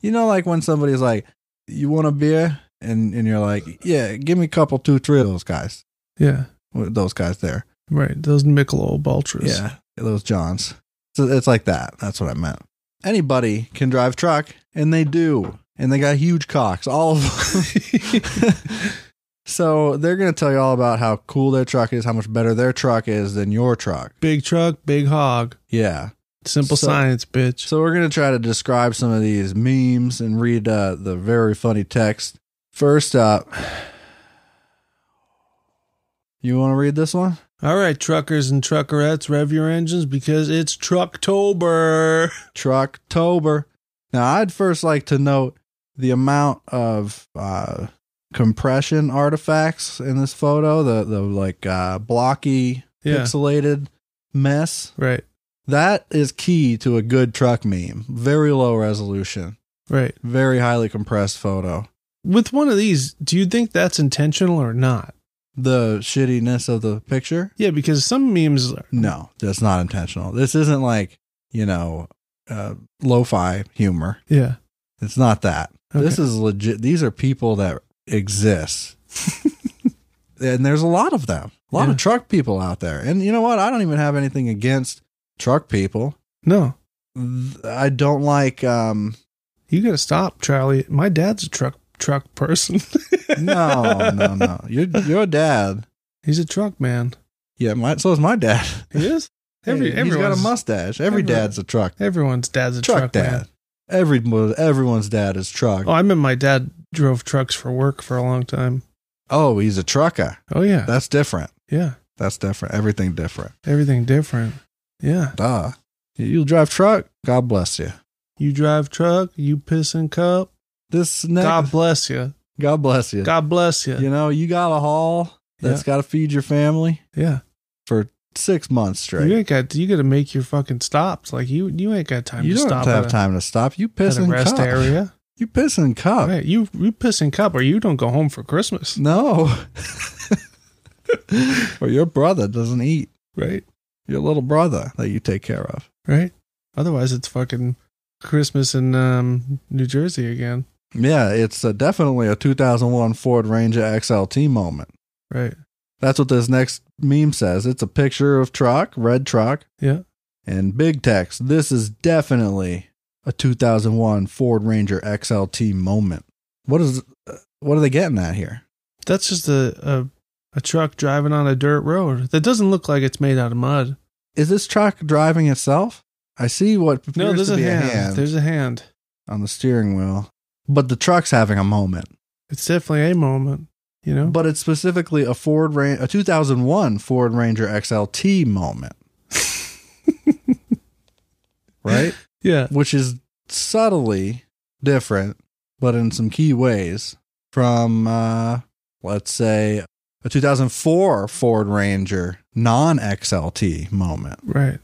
you know like when somebody's like, you want a beer and and you're like, yeah, give me a couple two three of those guys,
yeah.
With those guys there.
Right. Those Michelob Ultras.
Yeah, those Johns. So it's like that. That's what I meant. Anybody can drive truck, and they do, and they got huge cocks, all of them. so they're gonna tell you all about how cool their truck is, how much better their truck is than your truck.
Big truck, big hog.
Yeah.
Simple
So-
science, bitch.
So we're gonna try to describe some of these memes and read uh, the very funny text. First up, you want to read this one?
All right, truckers and truckerettes, rev your engines because it's Trucktober.
Trucktober. Now, I'd first like to note the amount of uh, compression artifacts in this photo, the the like uh, blocky,
Yeah.
pixelated mess.
Right,
That is key to a good truck meme. Very low resolution,
right.
very highly compressed photo.
With one of these, do you think that's intentional or not?
The shittiness of the picture?
Yeah, because some memes,
No, that's not intentional. This isn't like, you know, uh, lo fi humor.
yeah,
It's not that. This
Okay.
is legit. These are people that exist. and there's a lot of them, a lot
Yeah.
of truck people out there. And you know what? I don't even have anything against truck people.
no,
Th- I don't like, um,
you gotta stop, Charlie. My dad's a truck truck person.
no, no, no. Your, your dad.
He's a truck man.
Yeah, my, so is my dad.
He is.
Every, has got a
everyone's-
mustache. Every
everyone-
dad's a truck,
Everyone's dad's a
truck,
truck,
dad.
man.
Every, everyone's dad is truck.
Oh, I meant my dad drove trucks for work for a long time.
Oh, he's a trucker.
Oh yeah,
That's different.
yeah.
That's different. Everything different.
Everything different. Yeah,
Duh. You drive truck. God bless you.
you drive truck, you piss and cup.
This next,
God
God,
bless you.
bless you.
God bless you.
You know, you got a haul that's
Yeah.
got to feed your family
Yeah.
for six months
You
straight.
ain't got you got to make your fucking stops. Like you you ain't got time
You
to
don't
stop
have
at a,
time to stop. You
at
piss
a
and
rest
cup.
area.
You piss and cup.
Right. You you piss and cup or you don't go home for Christmas.
No. or your brother doesn't eat.
Right?
Your little brother that you take care of.
Right? Otherwise it's fucking Christmas in um New Jersey again.
Yeah, it's uh definitely a 2001 Ford Ranger XLT moment.
Right.
That's what this next meme says. It's a picture of truck, red truck.
Yeah.
And big text. This is definitely a 2001 Ford Ranger XLT moment. What is uh, what are they getting at here?
That's just a, a a truck driving on a dirt road. That doesn't look like it's made out of mud.
Is this truck driving itself? I see what appears
No, there's
to
a
be
hand.
a hand
There's a hand.
on the steering wheel, but the truck's having a moment.
It's definitely a moment, you know?
But it's specifically a Ford Ran- a 2001 Ford Ranger XLT moment. right?
yeah.
which is subtly different, but in some key ways from, uh, let's say, a 2004 Ford Ranger non XLT moment.
Right.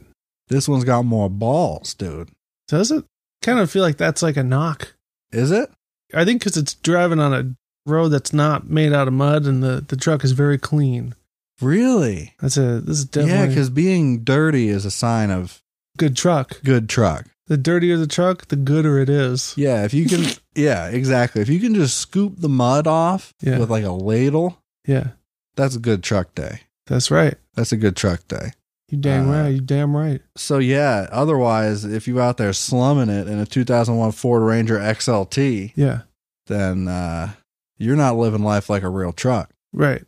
This one's got more balls, dude.
Does it? Kind of feel like that's like a knock.
Is it?
I think because it's driving on a road that's not made out of mud, and the, the truck is very clean.
Really?
That's a this is
Yeah,
definitely
because being dirty is a sign of
good truck.
good truck.
The dirtier the truck, the gooder it is.
Yeah, if you can, yeah, exactly. If you can just scoop the mud off
Yeah.
with like a ladle,
Yeah,
that's a good truck day.
that's right.
That's a good truck day.
You damn
Uh,
right. You damn right.
So yeah, otherwise, if you out there slumming it in a 2001 Ford Ranger XLT,
Yeah,
then uh, you're not living life like a real truck.
right.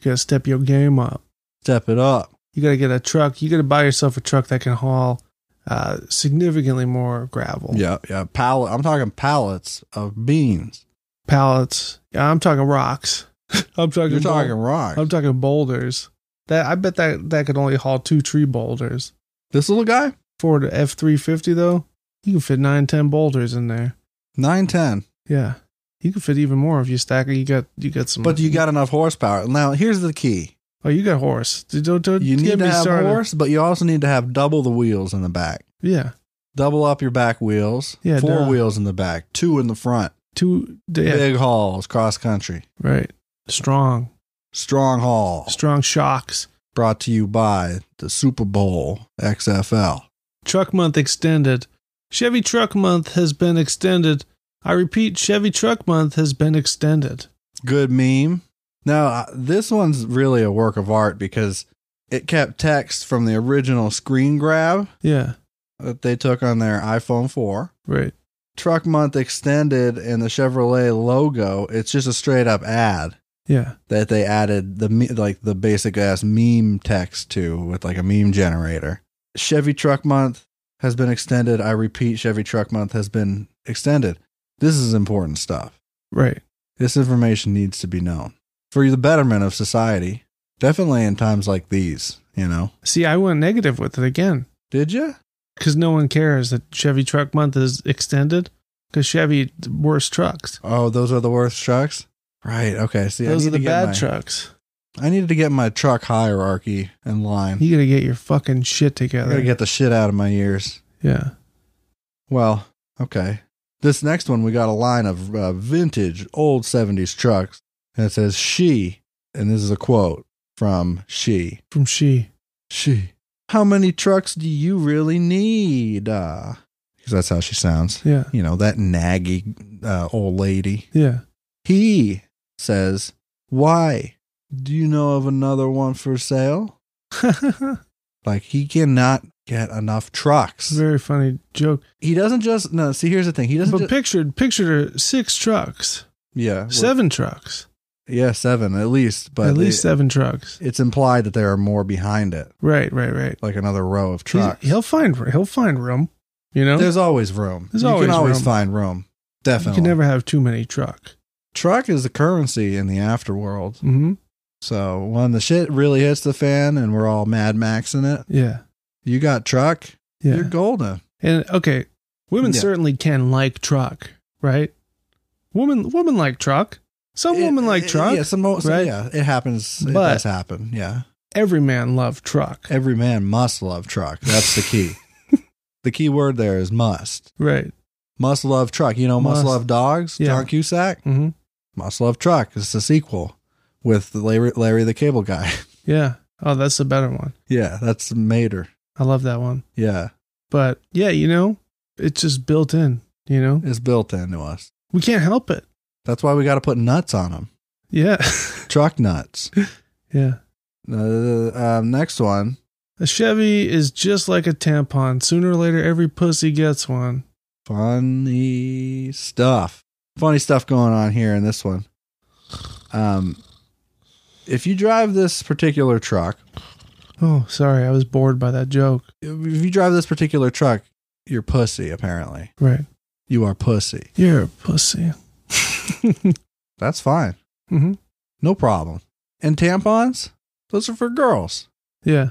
You gotta step your game up.
Step it up.
You gotta get a truck. You gotta buy yourself a truck that can haul uh, significantly more gravel.
Yeah, yeah. Pallet. I'm talking pallets of beans.
pallets. Yeah, I'm talking rocks. I'm talking.
You're
bou-
talking rocks.
I'm talking boulders. That I bet that that could only haul two tree boulders.
This little guy,
Ford F three fifty though, you can fit nine ten boulders in there.
nine ten.
Yeah, you can fit even more if you stack it. You got you got some.
But you got enough horsepower. Now here's the key:
oh you got horse. Don't, don't, don't
you
get
need
me
to have
started.
horse, but you also need to have double the wheels in the back.
Yeah,
Double up your back wheels.
Yeah,
four
duh.
wheels in the back, two in the front.
two. Yeah,
Big hauls, cross country,
right. Strong,
strong haul.
strong shocks.
Brought to you by the Super Bowl XFL.
Truck Month extended. Chevy Truck Month has been extended. I repeat, Chevy Truck Month has been extended.
good meme. Now, uh, this one's really a work of art because it kept text from the original screen grab
Yeah,
that they took on their iPhone 4.
right.
Truck Month Extended and the Chevrolet logo, it's just a straight up ad
Yeah,
that they added the me- like the basic ass meme text to with like a meme generator. Chevy Truck Month has been extended. I repeat, Chevy Truck Month has been extended. This is important stuff.
right.
This information needs to be known for the betterment of society. Definitely in times like these, you know.
See, I went negative with it again
Did you?
because no one cares that Chevy Truck Month is extended because Chevy worse trucks.
Oh, those are the worst trucks. Right. Okay. See,
Those
I
are
need
the
to get
bad
my,
trucks.
I needed to get my truck hierarchy in line.
You gotta get your fucking shit
I
together.
gotta get the shit out of my ears.
yeah.
Well, okay. This next one, we got a line of uh, vintage old 70s trucks, and it says she, and this is a quote from she.
From she.
She. How many trucks do you really need? Because that's how she sounds.
Yeah.
You know, that naggy uh, old lady.
Yeah.
He says, Why? Do you know of another one for sale? Like, he cannot get enough trucks.
Very funny joke.
He doesn't just, no, see, here's the thing. He doesn't
But
just,
pictured pictured her six trucks.
yeah. well,
Seven trucks.
Yeah, seven at least. But
At least
it-
seven trucks.
it's implied that there are more behind it,
Right, right, right.
like another row of
He's-
trucks.
he'll find he'll find room. You know?
There's always room.
There's
you
always
can always
room.
find room.
you
Definitely.
can never have too many truck.
truck is the currency in the afterworld.
Mm-hmm.
So when the shit really hits the fan and we're all Mad Maxing it,
Yeah.
you got truck,
Yeah.
you're golden.
And okay, women
Yeah.
certainly can like truck, right? Women, women like truck. Some women
It-
like
it-
truck.
Yeah, some, mo- some-
right?
yeah, it happens. it
But-
does happen. Yeah,
Every man love truck,
every man must love truck. That's the key. the key word there is must.
right?
Must love truck. You know, must,
Must.
love dogs.
Yeah.
John Cusack.
Mm-hmm.
Must love truck. It's the sequel with Larry, Larry the Cable Guy.
Yeah. Oh, that's the better one.
yeah, that's Mater.
I love that one.
Yeah,
But yeah, you know, it's just built in. You know,
it's built into us.
we can't help it.
That's why we got to put nuts on them.
Yeah,
Truck nuts.
yeah.
Uh, um, next one.
A Chevy is just like a tampon. Sooner or later, every pussy gets one.
Funny stuff. Funny stuff going on here in this one. Um, if you drive this particular truck,
Oh, sorry, I was bored by that joke.
if you drive this particular truck, you're pussy. Apparently,
Right,
you are pussy.
you're a pussy. mm-hmm.
That's fine. No problem. And tampons, those are for girls.
Yeah,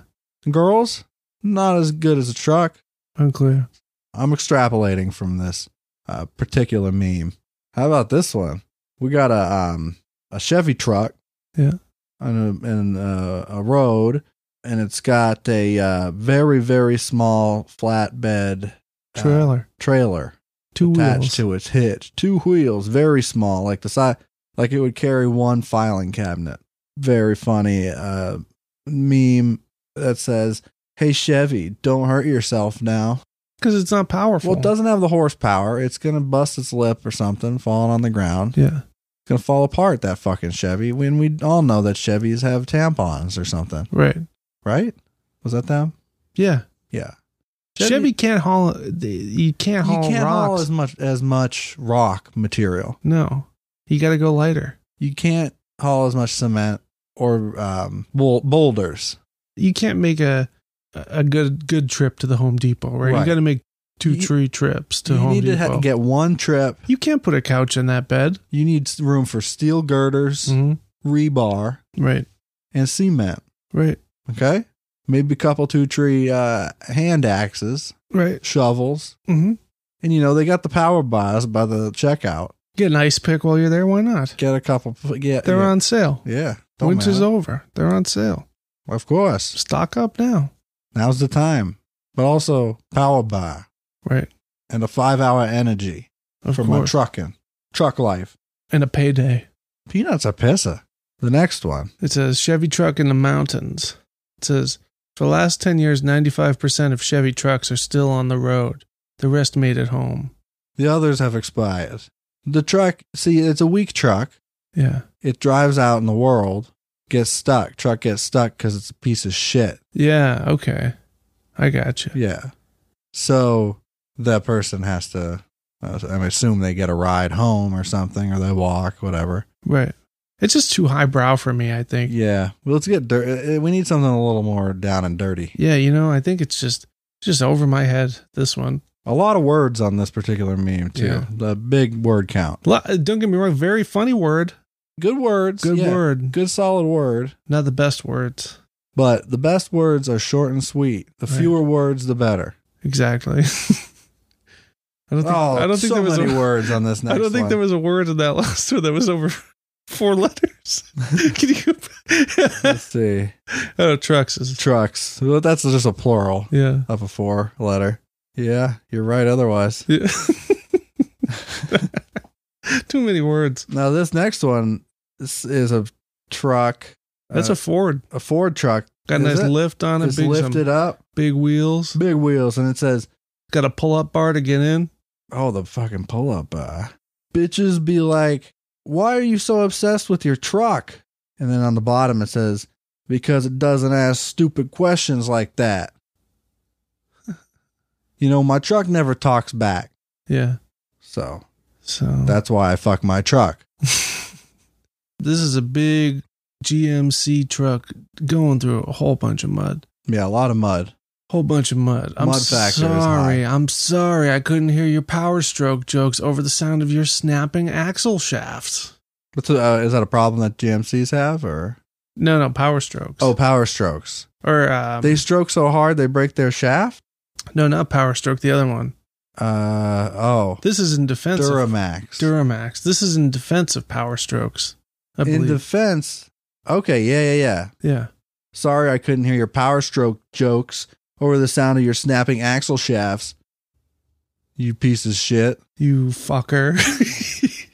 Girls, not as good as a truck.
unclear.
I'm extrapolating from this uh, particular meme. How about this one? We got a um, a Chevy truck,
Yeah.
on a, in a, a road, and it's got a uh, very very small flatbed uh,
Trailer.
trailer
two
attached
wheels.
to its hitch, two wheels, very small, like the size, like it would carry one filing cabinet. Very funny uh, meme that says, "Hey Chevy, don't hurt yourself now."
because it's not powerful.
Well, it doesn't have the horsepower. It's gonna bust its lip or something, falling on the ground.
Yeah,
It's gonna fall apart that fucking Chevy. When we all know that Chevys have tampons or something,
right.
right? Was that them?
Yeah,
Yeah.
Chevy, can't haul. the- You can't
you
haul
can't
rocks.
haul as much as much rock material.
no, you got to go lighter.
You can't haul as much cement or um, bou- boulders.
You can't make a a good good trip to the Home Depot, right? You
Right.
got to make two
You-
tree trips to
you
Home
need
Depot.
to ha- get one trip.
you can't put a couch in that bed,
You need s- room for steel girders,
hmm
rebar,
right?
and cement.
Right.
Okay. Maybe a couple two tree uh, hand axes,
Right.
shovels.
Mm-hmm.
And, you know, they got the power bars by the checkout.
Get an ice pick while you're there. Why not?
Get a couple. Yeah.
They're
yeah,
on sale.
Yeah. Don't
Winter's
matter.
over. They're on sale.
Of course.
Stock up now.
Now's the time. But also, power bar
Right.
and a five hour energy
Of
for my
course.
trucking, truck life.
and a payday.
Peanuts are pisser. The next one.
It says Chevy truck in the mountains. It says for the last 10 years, 95% of Chevy trucks are still on the road. The rest made at home.
The others have expired. The truck, see, it's a weak truck.
Yeah.
It drives out in the world, gets stuck. Truck gets stuck because it's a piece of shit.
Yeah. Okay. I got you.
Yeah. So that person has to, uh, I assume they get a ride home or something, or they walk, whatever.
Right. It's just too highbrow for me, I think.
Yeah. Well, let's get dirty. We need something a little more down and dirty.
Yeah, you know, I think it's just just over my head. This one.
A lot of words on this particular meme, too.
Yeah.
The big word count.
Lo- Don't get me wrong. Very funny word.
Good words.
Good
yeah.
word.
Good solid word.
Not the best words.
But the best words are short and sweet. The
Right.
fewer words, the better.
Exactly. I don't think.
oh,
I don't think
so
there was
many
a,
words on this next
I don't think
one.
there was a word in that last one that was over four letters. Can you?
Let's see.
oh, trucks is
Trucks. Well, that's just a plural
yeah.
of a four letter. Yeah, you're right otherwise.
yeah. Too many words.
Now, this next one is, is a truck.
That's
uh,
a Ford.
a Ford truck.
Got a
Is
nice
it?
lift on it.
It's
Big,
lifted
some
up,
big wheels.
big wheels, and it says,
Got a pull up bar to get in.
oh, the fucking pull up. Uh, bitches be like, why are you so obsessed with your truck? And then on the bottom it says, because it doesn't ask stupid questions like that. you know, my truck never talks back.
Yeah.
So
So
that's why I fuck my truck.
this is a big GMC truck going through a whole bunch of mud.
Yeah, a lot of mud.
Whole bunch of mud. I'm
Mud factor is
sorry. I'm sorry. I couldn't hear your power stroke jokes over the sound of your snapping axle shafts.
What's, uh, is that a problem that GMCs have or?
No, no, power strokes.
Oh, power strokes.
or um,
They stroke so hard they break their shaft.
no, not power stroke. The other one.
Uh oh,
This is in defense. Of,
Duramax.
Duramax. This is in defense of power strokes. I believe.
In defense, okay, yeah, yeah, yeah.
yeah.
Sorry, I couldn't hear your power stroke jokes over the sound of your snapping axle shafts. You piece of shit.
You fucker.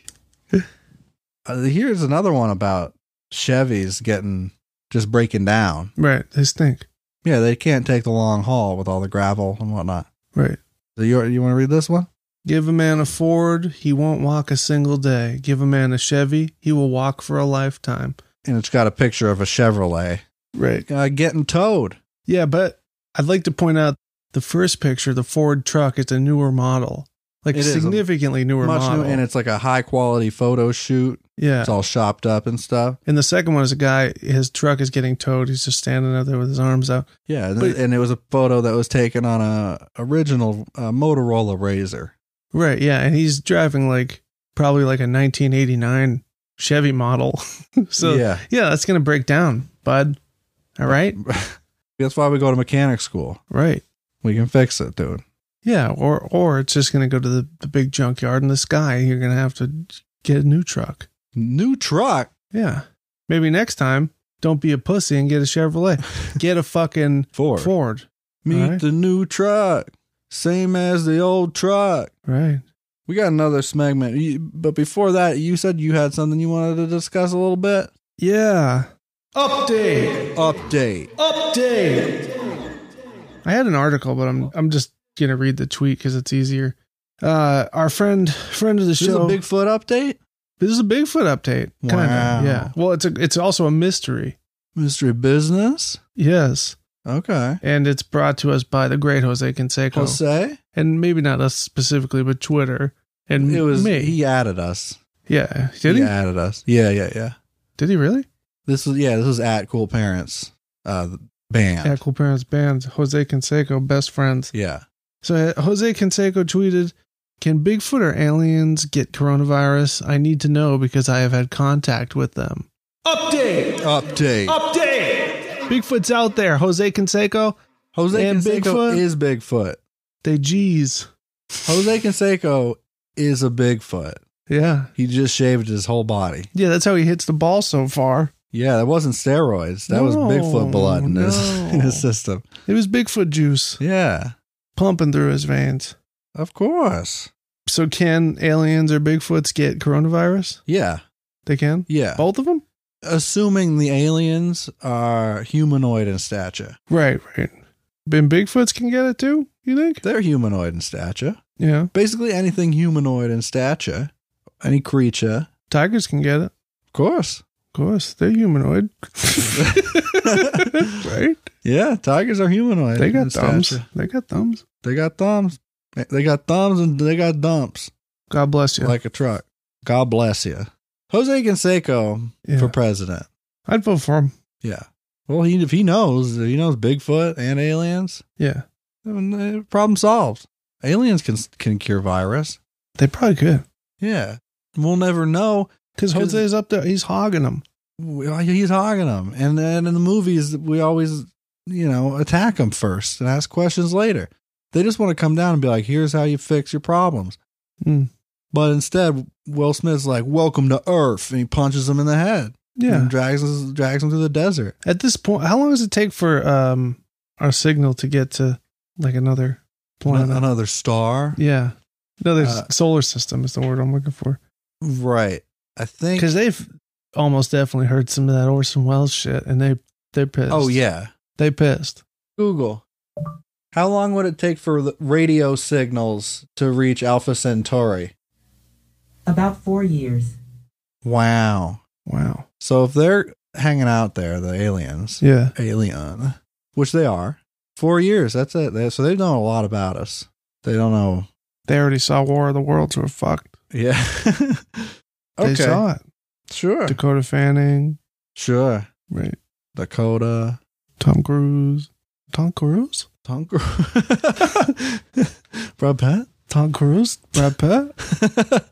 Uh, here's another one about Chevys getting just breaking down.
right. They stink.
Yeah, they can't take the long haul with all the gravel and whatnot.
Right.
So you you want to read this one?
Give a man a Ford, he won't walk a single day. Give a man a Chevy, he will walk for a lifetime.
And it's got a picture of a Chevrolet
Right.
uh, getting towed.
Yeah, but I'd like to point out the first picture, the Ford truck, it's a newer model. Like
It is a
significantly newer
Much
model.
new, and it's like a high quality photo shoot.
yeah.
It's all shopped up and stuff.
and the second one is a guy, his truck is getting towed. He's just standing out there with his arms out.
Yeah, and,
But-
and it was a photo that was taken on a original uh, Motorola Razor.
Right. Yeah. And he's driving like probably like a 1989 Chevy model. so, yeah,
yeah,
that's going to break down, bud. All right.
that's why we go to mechanic school.
Right.
We can fix it, dude.
Yeah, or or it's just going to go to the, the big junkyard in the sky. You're going to have to get a new truck.
New truck,
Yeah. Maybe next time, don't be a pussy and get a Chevrolet. Get a fucking
Ford.
Ford.
Meet
Alright.
the new truck, same as the old truck.
Right.
We got another segment, You- but before that, you said you had something you wanted to discuss a little bit.
Yeah. Update.
Update.
Oh, Update. I had an article, but I'm I'm just going to read the tweet cuz it's easier. Uh our friend friend of the
This is a
show
Bigfoot update.
This is a Bigfoot update. Kind
Wow.
of. Yeah. Well, it's a, it's also a mystery.
Mystery business.
Yes.
Okay.
and it's brought to us by the great Jose Canseco,
Jose.
and maybe not us specifically, but Twitter and
It was
me.
he added us.
yeah, did
he,
he?
added us. Yeah, yeah, yeah.
Did he really?
This was yeah. This was at Cool Parents uh the band.
Yeah, Cool Parents Band, Jose Canseco, best friends.
Yeah.
So uh, Jose Canseco tweeted, "Can Bigfoot or aliens get coronavirus? I need to know because I have had contact with them." Update.
Update.
Update. Bigfoot's out there. Jose Canseco,
Jose
And
Canseco
Bigfoot?
is Bigfoot.
they G's.
Jose Canseco is a Bigfoot.
Yeah.
He just shaved his whole body.
Yeah, that's how he hits the ball so far.
Yeah, that wasn't steroids. That was
No,
Bigfoot blood in, his,
no.
in his system.
It was Bigfoot juice
Yeah,
pumping through his veins.
of course.
So can aliens or Bigfoots get coronavirus?
Yeah,
They can?
yeah.
Both of them?
Assuming the aliens are humanoid in stature,
Right, right. And Bigfoots can get it too, you think?
they're humanoid in stature.
Yeah.
Basically, anything humanoid in stature, any creature,
Tigers can get it.
of course.
Of course. They're humanoid. right?
Yeah, tigers are humanoid.
They
in
got thumbs.
stature.
They got thumbs.
They got thumbs. They got thumbs and they got dumps
God bless you.
like a truck. God bless you, Jose Canseco
Yeah.
for president.
I'd vote for him.
Yeah. Well, he if he knows, he knows Bigfoot and aliens.
Yeah.
then, uh, Problem solved. Aliens can can cure virus.
They probably could.
Yeah. We'll never know.
Because
'Cause-
Jose's up there. He's hogging them.
We- uh, He's hogging them, and then in the movies, we always you know attack them first and ask questions later. They just want to come down and be like, "Here's how you fix your problems."
Hmm.
But instead, Will Smith's like, "Welcome to Earth," and he punches him in the head.
Yeah.
And drags us- drags him to the desert.
At this point, how long does it take for um our signal to get to like another planet?
Another star.
yeah. Another
Uh,
solar system is the word I'm looking for.
Right. I think
Because they've almost definitely heard some of that Orson Welles shit and they, they're pissed.
Oh yeah.
They pissed.
Google. How long would it take for the radio signals to reach Alpha Centauri?
About four years.
Wow.
Wow.
So if they're hanging out there, the aliens,
Yeah.
alien, which they are, four years. That's it. They, so they know a lot about us. They don't know.
They already saw War of the Worlds were fucked.
Yeah.
They saw it.
Sure.
Dakota Fanning.
Sure.
Right.
Dakota.
Tom Cruise. Tom Cruise?
Tom Cruise. Brad Pitt.
Tom Cruise? Brad Pitt?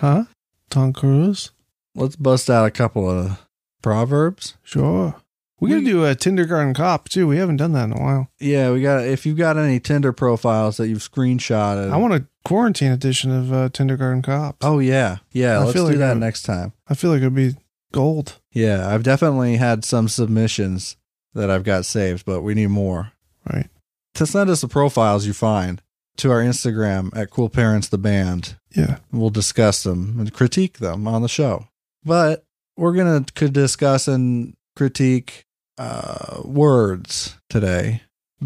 huh? Tom Cruise?
Let's bust out a couple of proverbs.
Sure. We gotta
We-
do a kindergarten cop too. We haven't done that in a while.
Yeah, we got. If you've got any Tinder profiles that you've screenshotted,
I want a quarantine edition of uh, kindergarten cops.
Oh yeah, yeah.
I
let's
feel
do
like
that
I'm-
next time.
I feel like it'd be gold.
Yeah, I've definitely had some submissions that I've got saved, but we need more.
Right.
To send us the profiles you find to our Instagram at Cool Parents the Band,
Yeah.
we'll discuss them and critique them on the show. But we're gonna could discuss and critique uh, words today.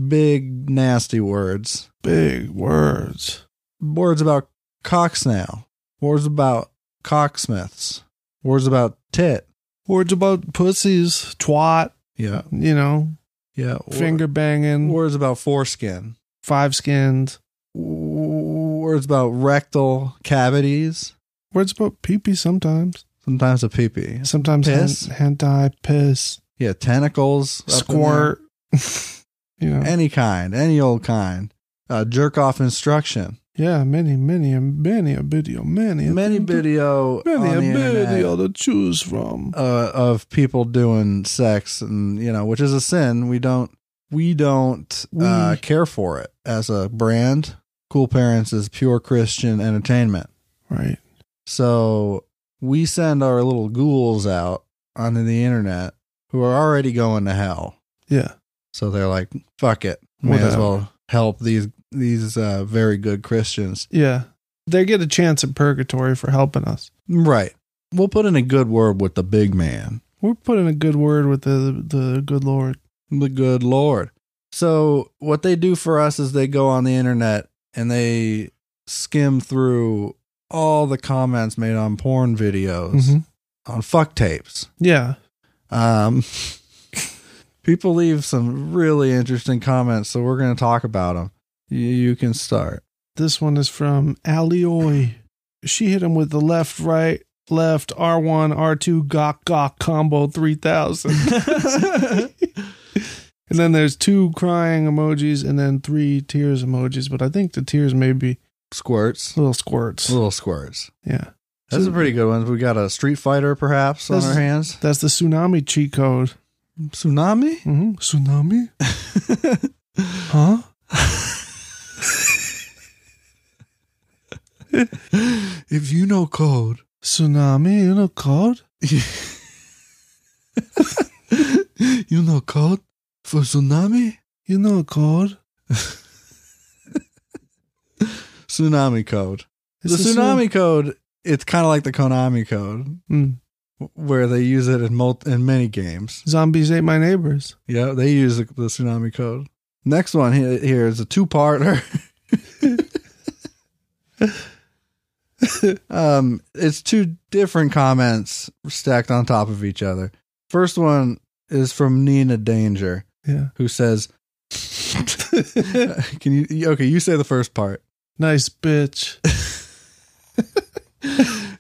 Big nasty words.
Big words.
words about cocksnail, words about cocksmiths, words about tit.
Words about pussies, twat,
Yeah.
you know,
Yeah.
finger banging,
Words about foreskin.
five skins.
W- Words about rectal cavities.
Words about pee pee sometimes.
Sometimes a pee-pee.
Sometimes
Piss.
hand, hentai, piss,
Yeah. Tentacles. up in
squirt. you know.
there. Any kind. Any old kind. Uh, jerk off instruction.
yeah, many, many, and many a video, many, a
Many
thing to-
video.
many
on the
a
internet,
video to choose from.
uh, of people doing sex and you know which is a sin we don't we don't uh,
We-
care for it as a brand cool parents is pure christian entertainment
right.
so we send our little ghouls out onto the internet who are already going to hell
Yeah.
so they're like fuck it may as
Whatever.
well help these these uh, very good christians
Yeah. They get a chance at purgatory for helping us.
right we'll put in a good word with the big man
We're putting a good word with the the good Lord.
the good lord so what they do for us is they go on the internet and they skim through all the comments made on porn videos
Mm-hmm.
on fuck tapes
Yeah.
um people leave some really interesting comments so we're going to talk about them you, you can start
This one is from Alioy. She hit him with the left, right, left, R1, R2, gok, gok, combo 3000. and then there's two crying emojis and then three tears emojis, but I think the tears may be
squirts
little squirts.
little squirts
Yeah.
that's a pretty good one we got a street fighter perhaps on
This-
our hands
That's the tsunami cheat code.
Tsunami?
hmm Tsunami? huh?
If you know code,
Tsunami? You know code?
you know code for tsunami?
You know code?
Tsunami code. the
a
tsunami code, it's kind of like the Konami code
Mm.
w- where they use it in mul- in many games.
Zombies ate my neighbors.
Yeah, they use the, the tsunami code. Next one he- here is a two-parter. um, it's two different comments stacked on top of each other. First one is from Nina Danger,
Yeah.
who says, "Can you? Okay, you say the first part.
Nice bitch.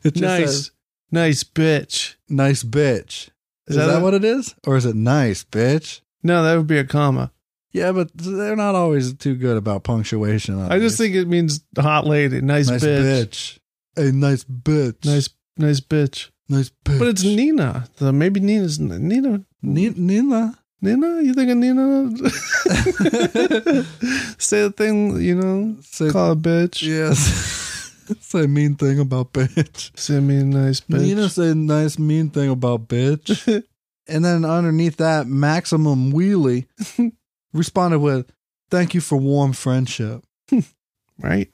It just
nice.
says,
nice bitch.
nice bitch. Is, that,
a-
what it is, or is it nice bitch?
No, that would be a comma.
Yeah, but they're not always too good about punctuation. on
I just
these.
think it means hot lady. Nice,
nice
bitch.
bitch. A nice bitch.
Nice nice bitch.
nice bitch.
But it's Nina. So maybe Nina's Nina.
Ni- Nina.
Nina? You think of Nina? Say the thing, you know.
Say-
call a bitch.
Yes. say a mean thing about bitch.
Say me a nice bitch.
Nina say nice mean thing about bitch. and then underneath that, Maximum Wheelie responded with, "Thank you for warm friendship."
Right?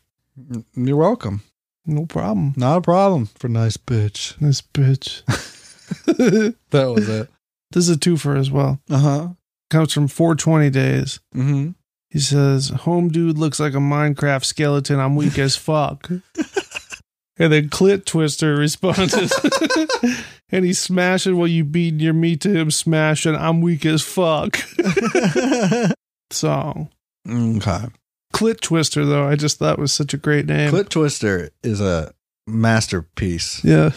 You're welcome.
No problem.
Not a problem for nice bitch.
Nice bitch.
That was it.
This is a twofer as well.
Uh huh.
Comes from 420 days.
Mm-hmm.
He says, Home dude looks like a Minecraft skeleton. I'm weak as fuck. and then Clit Twister responds, and he's smashing while you beating your meat to him, smashing, I'm weak as fuck. so,
Mm-hmm. Okay.
Clit Twister, though, I just thought was such a great name.
Clip Twister is a masterpiece.
Yeah.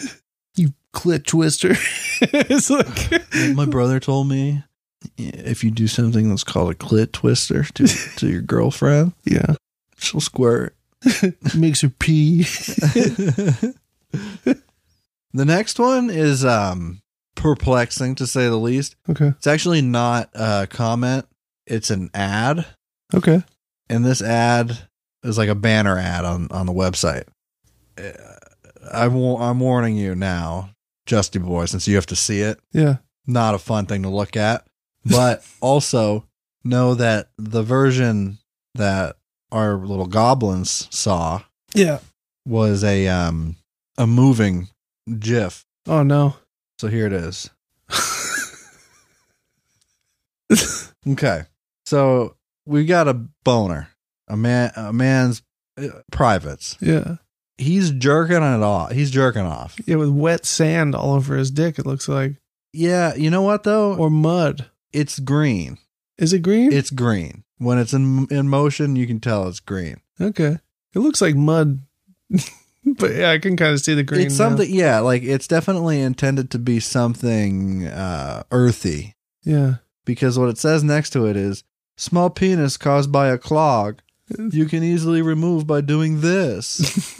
you Clit Twister. it's like,
My brother told me if you do something that's called a clit twister to, to your girlfriend,
yeah.
she'll squirt.
Makes her pee.
the next one is um perplexing to say the least.
Okay.
It's actually not a comment, it's an ad.
Okay.
and this ad is like a banner ad on on the website. Uh, I wa- I'm warning you now, Justy Boy, since you have to see it.
Yeah.
Not a fun thing to look at, but also know that the version that our little goblins saw
Yeah.
was a um a moving GIF.
Oh, no.
So here it is. Okay, so we got a boner, a man, a man's uh, privates.
yeah.
he's jerking it off. He's jerking off.
Yeah, with wet sand all over his dick, it looks like.
Yeah, you know what though?
Or mud.
it's green.
Is it green?
It's green. When it's in in motion, you can tell it's green.
okay. It looks like mud. but yeah, I can kind of see the green.
it's
now.
something. Yeah, like it's definitely intended to be something uh, earthy
Yeah.
because what it says next to it is small penis caused by a clog. You can easily remove by doing this.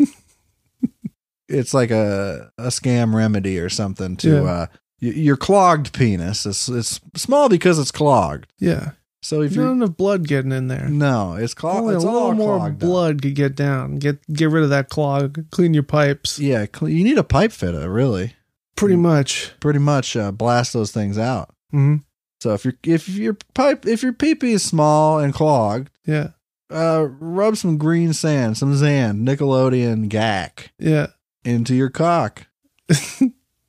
it's like a a scam remedy or something to
Yeah.
uh, y- your clogged penis. It's it's small because it's clogged.
Yeah.
So if
Not
you're
enough blood getting in there.
no, it's clogged.
Only
It's
a
all
little more
clogged up.
blood could get down. Get get rid of that clog. Clean your pipes.
Yeah, cl- you need a pipe fitter, really.
Pretty much.
Pretty much uh, blast those things out.
hmm
So if your if your pipe if your pee pee is small and clogged,
Yeah.
uh, rub some green sand, some Zan, Nickelodeon gack
Yeah.
into your cock.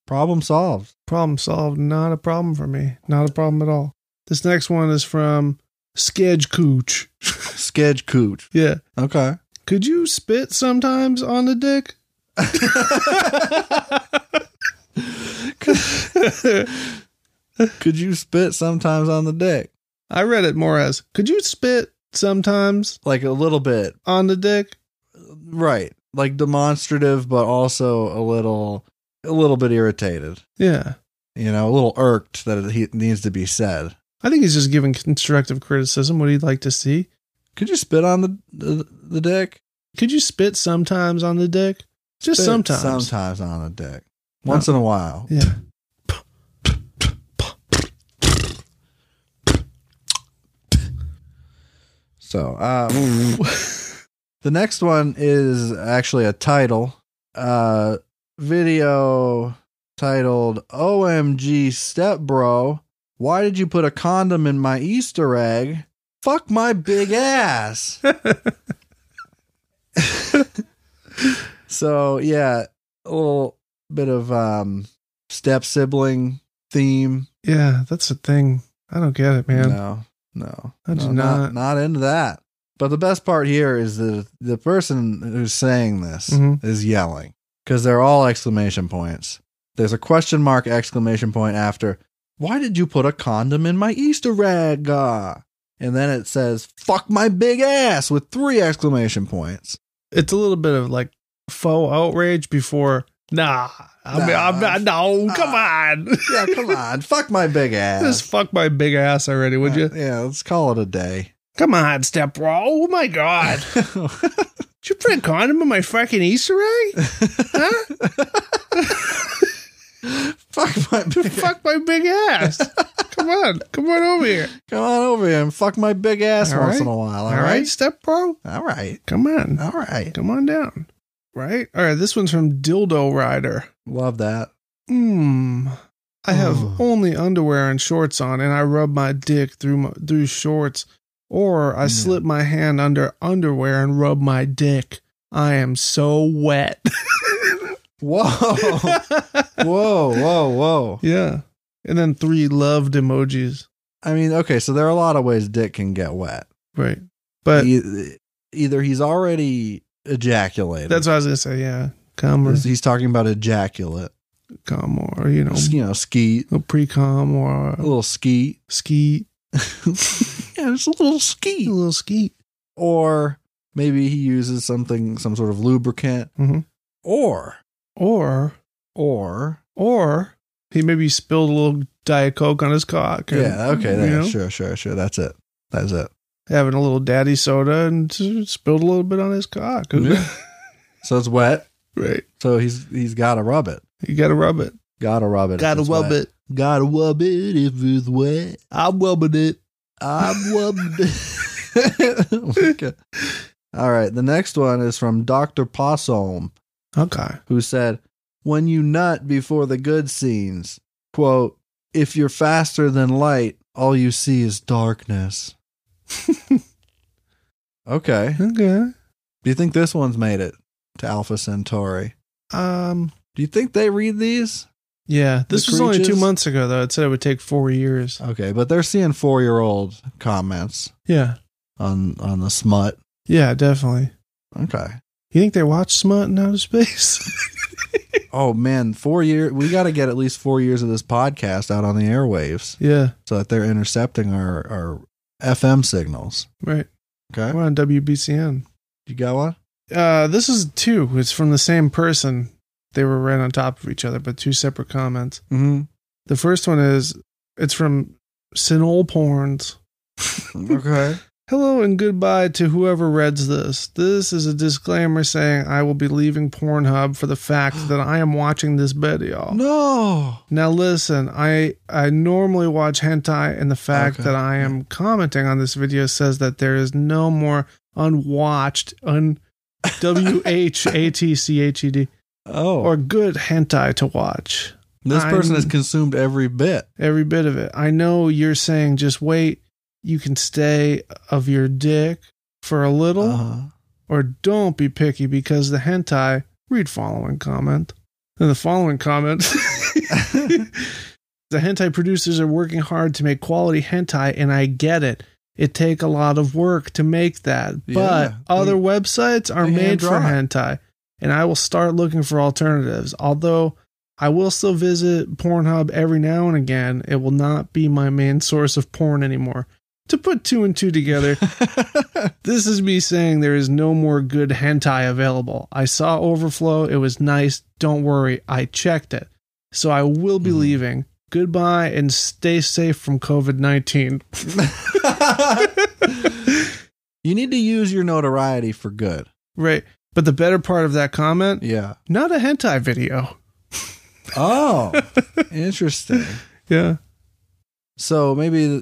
Problem solved.
Problem solved. Not a problem for me. Not a problem at all. This next one is from Skedge Cooch.
Skedge coot.
Yeah.
Okay.
Could you spit sometimes on the dick?
Could you spit sometimes on the dick?
I read it more as could you spit sometimes
Like a little bit.
on the dick?
Right. Like demonstrative, but also a little, a little bit irritated.
Yeah.
You know, a little irked that it he- needs to be said.
I think he's just giving constructive criticism, what he'd like to see.
Could you spit on the the, the dick?
Could you spit sometimes on the dick? Just
Spit
sometimes.
sometimes on the dick. Once in a while.
Yeah.
So, uh, the next one is actually a title, uh, video titled "OMG Step Bro, Why Did You Put a Condom in My Easter Egg? Fuck my big ass." so yeah, a little bit of um, step sibling theme.
Yeah, that's a thing. I don't get it, man.
No, no,
I do
no,
not-
not not into that. But the best part here is that the person who's saying this
Mhm.
is yelling because they're all exclamation points. There's a question mark exclamation point after. Why did you put a condom in my Easter egg? Ah." And then it says "fuck my big ass" with three exclamation points.
It's a little bit of like faux outrage before. Nah, I mean, I'm
Nah. Ah.
not. No, come on.
Yeah, come on, fuck my big ass.
Just fuck my big ass already, would you?
Yeah, let's call it a day.
Come on, step bro. Oh my god. Did you put a condom in my fucking Easter egg? Huh?
fuck my big
fuck my big ass. Come on. Come on over here.
Come on over here and fuck my big ass
All
once
right.
in a while.
All right, step bro.
All right.
Come on.
All right.
Come on down. Right? All right, this one's from Dildo Rider.
Love that.
Hmm. I have
Oh.
only underwear and shorts on, and I rub my dick through my, through shorts, or I
Mm.
slip my hand under underwear and rub my dick. I am so wet.
Whoa. whoa, whoa, whoa.
yeah, and then three loved emojis.
I mean, okay, so there are a lot of ways dick can get wet.
Right, but
E- either he's already ejaculated.
that's what I was gonna say. Yeah, come or
he's talking about ejaculate.
come or you know
You know, skeet. Oh.
a pre com or
A little skeet.
ski
yeah, it's a little
a
skeet.
little ski.
Or maybe he uses something, some sort of lubricant.
Mhm.
Or,
Or
or
or he maybe spilled a little diet coke on his cock. and,
Yeah, okay,
you
there.
know,
Sure, sure, sure. That's it. That's it.
having a little daddy soda and s- spilled a little bit on his cock.
Yeah. So it's wet.
right,
So he's he's gotta rub it.
you gotta rub it.
Gotta rub it. if it's wet.
it.
Gotta rub it if it's wet.
I'm rubbing it.
I'm rubbing it. Okay. All right. The next one is from Dr. Possum,
Okay.
who said, When you nut before the good scenes, quote, if you're faster than light, all you see is darkness. okay.
Okay.
Do you think this one's made it to Alpha Centauri?
Um.
Do you think they read these?
Yeah, this
The
was only two
creatures?
months ago, though. It said it would take four years.
Okay, but they're seeing four year old comments
Yeah,
on on the smut.
yeah, definitely.
Okay.
You think they watch Smut in Outer Space?
Oh man, four year we gotta get at least four years of this podcast out on the airwaves
yeah,
so that they're intercepting our, our FM signals.
right.
Okay.
We're on WBCN.
You got one?
Uh, this is two. It's from the same person. They were right on top of each other, but two separate comments.
Mm-hmm.
The first one is it's from Sinol Porns.
Okay.
Hello and goodbye to whoever reads this. This is a disclaimer saying I will be leaving Pornhub for the fact that I am watching this video.
no.
Now listen, I I normally watch hentai and the fact
Okay.
that I am commenting on this video says that there is no more unwatched un W H A T C H E D
Oh.
or good hentai to watch.
this person
I'm-
has consumed every bit.
Every bit of it. I know you're saying just wait, you can stay of your dick for a little.
Uh-huh.
or don't be picky because the hentai read following comment and the following comment the hentai producers are working hard to make quality hentai and i get it it take a lot of work to make that
Yeah,
but other
they-
websites are
they
made
hand
for
draw it.
hentai and i will start looking for alternatives although i will still visit pornhub every now and again it will not be my main source of porn anymore to put two and two together this is me saying there is no more good hentai available. I saw Overflow. It was nice. Don't worry. I checked it. So I will be
Mm-hmm.
leaving. Goodbye and stay safe from COVID 19.
you need to use your notoriety for good.
Right. But the better part of that comment,
Yeah.
not a hentai video.
Oh, interesting.
Yeah.
So maybe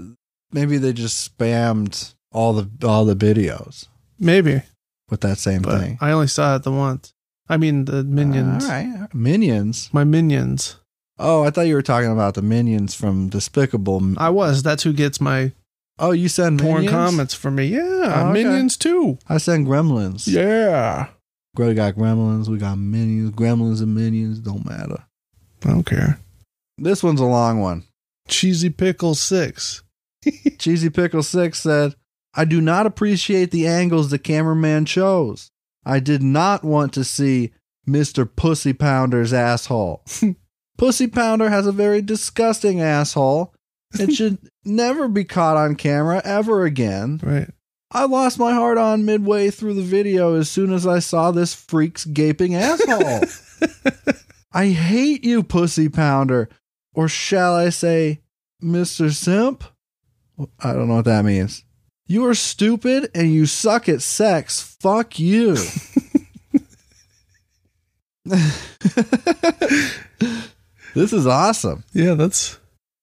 maybe they just spammed all the all the videos
Maybe,
with that same
but
thing.
I only saw it the once. I mean, the minions.
All right, minions.
My minions.
Oh, I thought you were talking about the minions from Despicable. M-
I was. That's who gets my
Oh, you send
porn
minions?
comments for me. Yeah,
Oh, okay.
minions too.
I send gremlins.
Yeah,
We got gremlins. We got minions. Gremlins and minions don't matter.
I don't care.
This one's a long one.
Cheesy pickle six.
Cheesy Pickle Six said, I do not appreciate the angles the cameraman chose. I did not want to see Mr. Pussy Pounder's asshole. Pussy Pounder has a very disgusting asshole. It should never be caught on camera ever again.
Right.
I lost my heart on midway through the video as soon as I saw this freak's gaping asshole. I hate you, Pussy Pounder. Or shall I say, Mr. Simp? I don't know what that means. You are stupid and you suck at sex. Fuck you. this is awesome
Yeah, that's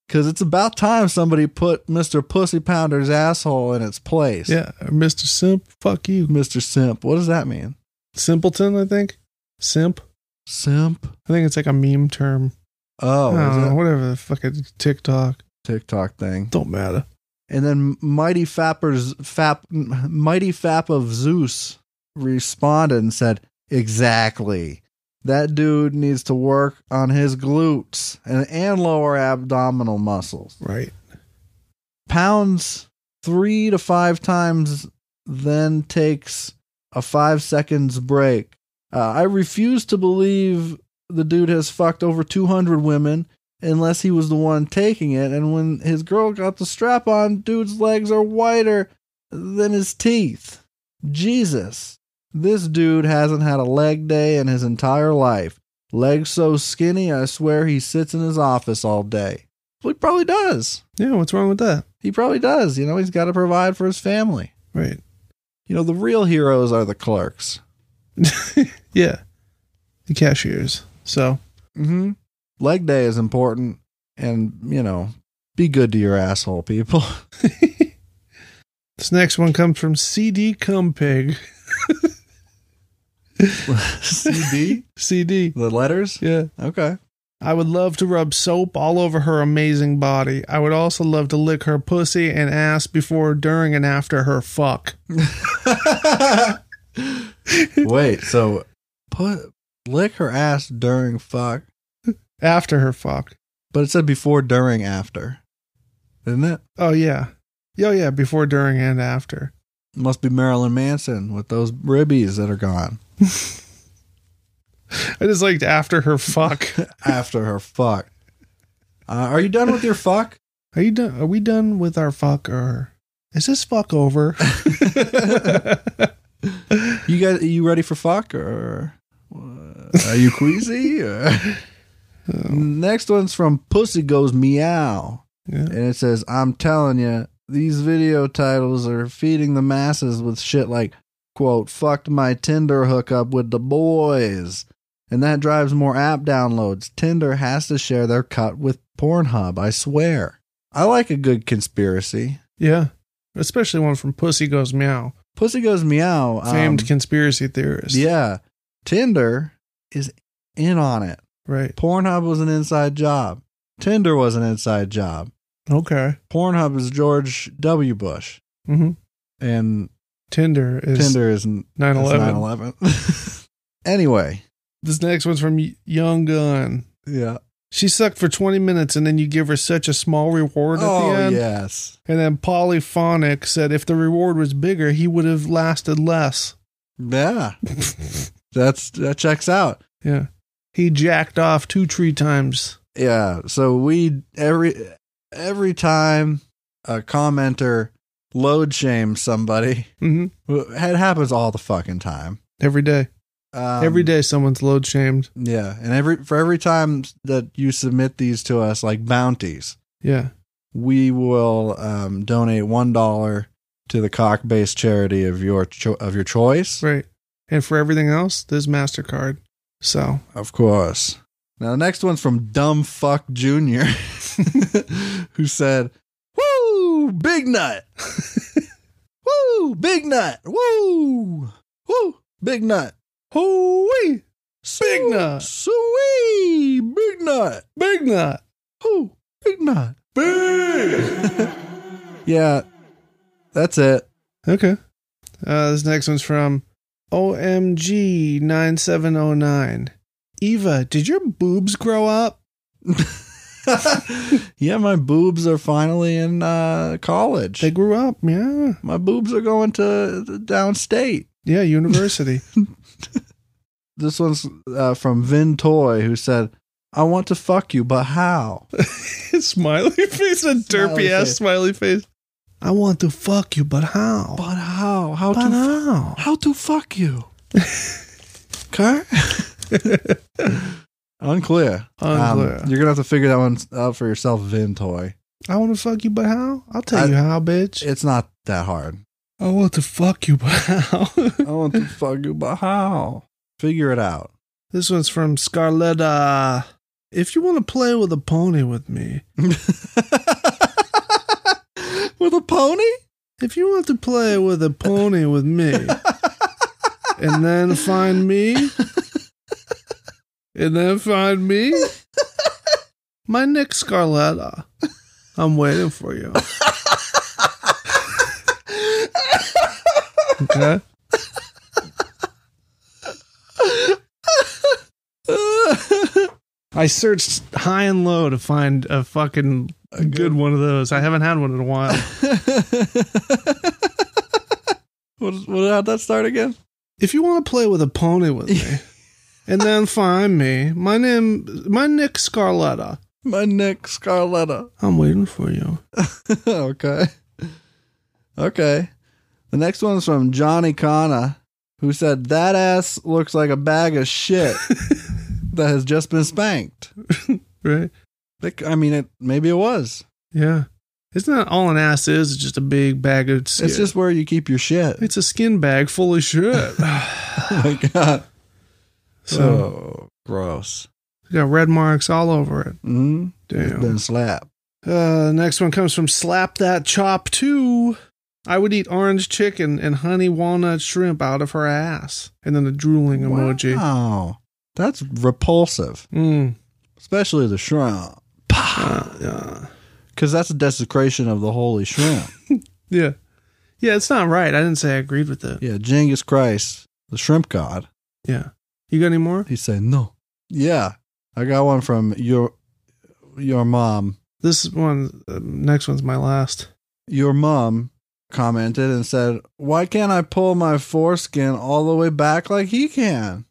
because it's about time somebody put Mr. Pussy Pounder's asshole in its place.
yeah. Mr. Simp, fuck you,
Mr. Simp. What does that mean?
simpleton. I think simp.
Simp?
I think it's like a meme term.
Oh,
I don't
is
know,
that
whatever the fucking TikTok.
TikTok thing.
Don't matter.
And then Mighty Fappers Fap Mighty Fap of Zeus responded and said, Exactly. That dude needs to work on his glutes and, and lower abdominal muscles.
Right.
Pounds three to five times, then takes a five seconds break. Uh, I refuse to believe the dude has fucked over 200 women unless he was the one taking it. And when his girl got the strap on, dude's legs are wider than his teeth. Jesus. This dude hasn't had a leg day in his entire life. Legs so skinny, I swear he sits in his office all day. Well, he probably does.
Yeah. What's wrong with that?
He probably does. You know, he's got to provide for his family.
Right.
You know, the real heroes are the clerks.
Yeah. The cashiers. So
Mm-hmm. Leg day is important, and you know, be good to your asshole, people.
this next one comes from CD Cumpig.
CD,
CD.
the letters.
Yeah.
Okay.
I would love to rub soap all over her amazing body. I would also love to lick her pussy and ass before, during, and after her fuck.
Wait. So, put lick her ass during fuck,
After her fuck.
but it said before, during, after, isn't it?
Oh, yeah. Oh, yeah. Before, during, and after.
Must be Marilyn Manson with those ribbies that are gone
I just liked after her fuck.
after her fuck. Uh, are you done with your fuck?
Are you done? Are we done with our fuck or is this fuck over?
You guys, are you ready for fuck or uh, are you queasy? or- Next one's from Pussy Goes Meow,
Yeah.
and it says, "I'm telling you, these video titles are feeding the masses with shit like quote fucked my Tinder hookup with the boys." And that drives more app downloads. Tinder has to share their cut with Pornhub, I swear. I like a good conspiracy.
Yeah. Especially one from Pussy Goes Meow,
Pussy Goes Meow. um,
famed conspiracy theorist.
Yeah. Tinder is in on it.
Right.
Pornhub was an inside job. Tinder was an inside job.
Okay.
Pornhub is George W. Bush.
hmm
And
Tinder is
Tinder isn't
9 11.
9 anyway.
This next one's from Y- Young Gun.
Yeah.
She sucked for 20 minutes and then you give her such a small reward at
Oh,
the end.
yes.
And then Polyphonic said if the reward was bigger, he would have lasted less.
Yeah. That's that checks out.
Yeah. He jacked off two tree times.
Yeah. So we every every time a commenter load shames somebody,
hmm
it happens all the fucking time.
Every day.
Um,
Every day someone's load shamed.
Yeah, and every for every time that you submit these to us, like bounties,
Yeah.
we will um, donate one dollar to the cock-based charity of your cho- of your choice.
Right. And for everything else, there's MasterCard. So
Of course. Now the next one's from Dumb Fuck Junior, who said, "Woo, big nut." Woo! Big nut. Woo! Woo! Big nut.
Hoo-wee.
Big
nut.
Sweet. Big nut.
Big nut.
Woo! Big nut. Big. yeah. That's it.
Okay. Uh, this next one's from OMG nine seven oh nine. Eva, did your boobs grow up?
yeah, my boobs are finally in uh, college.
They grew up, yeah.
my boobs are going to the downstate.
Yeah, university.
This one's uh, from Vin Toy, who said, I want to fuck you, but how?
smiley face, a derpy ass
face.
smiley face. I want to fuck you, but how?
But how? How
But
to fu-
how?
how to fuck you? okay. Unclear. Um,
Unclear.
you're gonna have to figure that one out for yourself, Vin Toy.
I want to fuck you, but how? I'll tell
I-
you how, bitch.
It's not that hard.
I want to fuck you, but how?
I want to fuck you, but how? Figure it out.
this one's from Scarletta. If you want to play with a pony with me,
With a pony?
if you want to play with a pony with me, and then find me, and then find me, my Nick Scarletta, I'm waiting for you. okay. I searched high and low to find a fucking good, one of those. I haven't had one in a while.
what, what, how'd that start again?
if you want to play with a pony with me, and then find me, my name, my Nick Scarletta.
My neck, Scarletta.
I'm waiting for you.
okay. Okay. The next one is from Johnny Kana, who said, That ass looks like a bag of shit that has just been spanked.
Right?
Like, I mean, it maybe it was.
Yeah. It's not all an ass is. It's just a big bag of skin.
It's just where you keep your shit.
it's a skin bag full of shit.
oh my God.
so
oh, gross.
it's got red marks all over it.
Mm-hmm. It's
Damn.
been slapped.
Uh, next one comes from Slap That Chop Two. I would eat orange chicken and honey walnut shrimp out of her ass, and then a drooling emoji.
Wow. That's repulsive,
Mm.
especially the shrimp.
Uh, yeah.
Because that's a desecration of the holy shrimp.
Yeah. Yeah, it's not right. I didn't say I agreed with it.
yeah, Genghis Christ, the shrimp god,
Yeah. You got any more?
he said no. Yeah, I got one from your your mom.
This one, uh, next one's my last.
Your mom commented and said, "Why can't I pull my foreskin all the way back like he can?"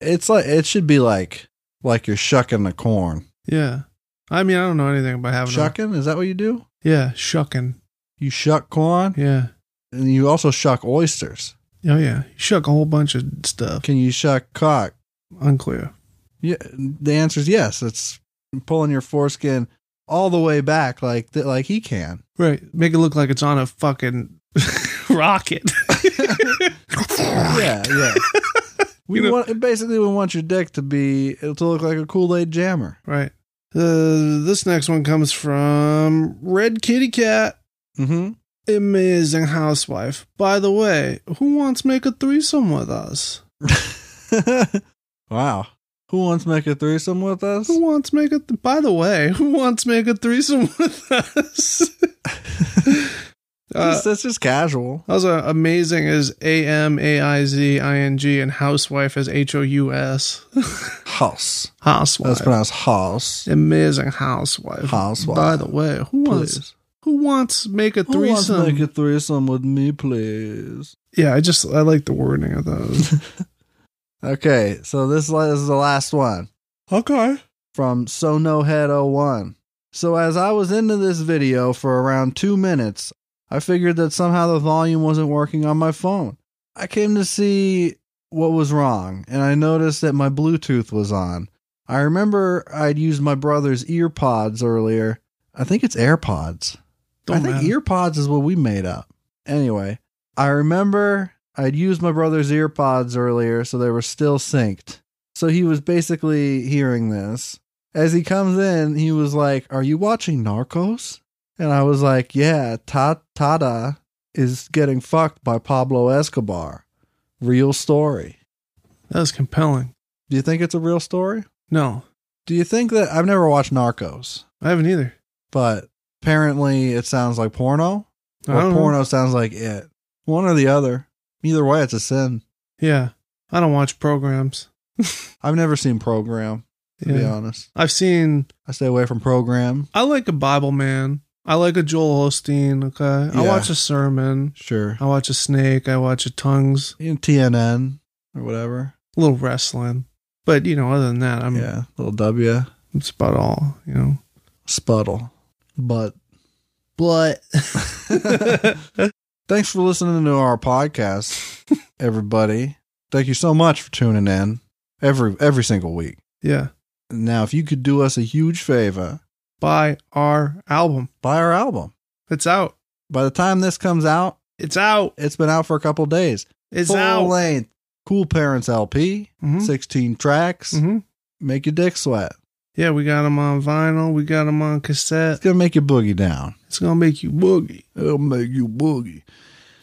It's like it should be like like you're shucking the corn.
Yeah. I mean, I don't know anything about having a-
Shucking is that what you do?
yeah, shucking.
You shuck corn,
Yeah.
and you also shuck oysters.
Oh, yeah. You shuck a whole bunch of stuff.
Can you shuck cock?
Unclear.
Yeah, the answer is yes. It's pulling your foreskin all the way back, like th- like he can.
Right. Make it look like it's on a fucking rocket.
Yeah, yeah. We
You know-
want basically we want your dick to be to look like a Kool Aid jammer.
right. Uh, this next one comes from Red Kitty Cat.
Mm-hmm.
Amazing housewife. By the way, who wants make a threesome with us?
wow. Who wants to make a threesome with us?
Who wants make a? Th- By the way, who wants make a threesome with us? uh,
That's- That's just casual.
also, amazing is A M A I Z I N G and housewife is H O U S.
House.
Housewife.
That's pronounced house.
Amazing housewife.
Housewife.
By the way, who wants
Please.
who wants make a
Who wants to
threesome?
make a threesome with me, please?
yeah, I just I like the wording of those.
Okay, so this la- this is the last one.
okay.
from So No Head 01. So as I was into this video for around two minutes, I figured that somehow the volume wasn't working on my phone. I came to see what was wrong, and I noticed that my Bluetooth was on. I remember I'd used my brother's earpods earlier. I think it's AirPods.
Don't
I think
matter.
earpods is what we made up. Anyway, I remember I'd used my brother's earpods earlier, so they were still synced. So he was basically hearing this. As he comes in, he was like, Are you watching Narcos? And I was like, Yeah, ta ta da. is getting fucked by Pablo Escobar. Real story.
That was compelling.
Do you think it's a real story?
No,
Do you think that I've never watched Narcos,
I haven't either.
but apparently it sounds like porno,
I
or
don't know.
porno sounds like it. One or the other. Either way, it's a sin.
Yeah, I don't watch programs.
I've never seen program. To be
Yeah.
honest,
I've seen.
I stay away from program.
I like a Bible man. I like a Joel Osteen. Okay, I
Yeah.
watch a sermon.
Sure,
I watch a snake. I watch a tongues.
You know, TNN or whatever.
A little wrestling, but you know, other than that, I'm.
yeah, little W
It's about all. You know.
spuddle, but but. Thanks for listening to our podcast, everybody. Thank you so much for tuning in every every single week.
Yeah.
Now, if you could do us a huge favor,
Buy our album.
buy our album.
It's out.
By the time this comes out,
It's out.
it's been out for a couple days.
It's
Full
out.
length, Cool Parents LP,
Mhm.
16 tracks.
hmm
Make your dick sweat.
Yeah, we got them on vinyl. We got them on
It's
cassette.
gonna make you boogie down.
It's gonna make you boogie.
It'll make you boogie.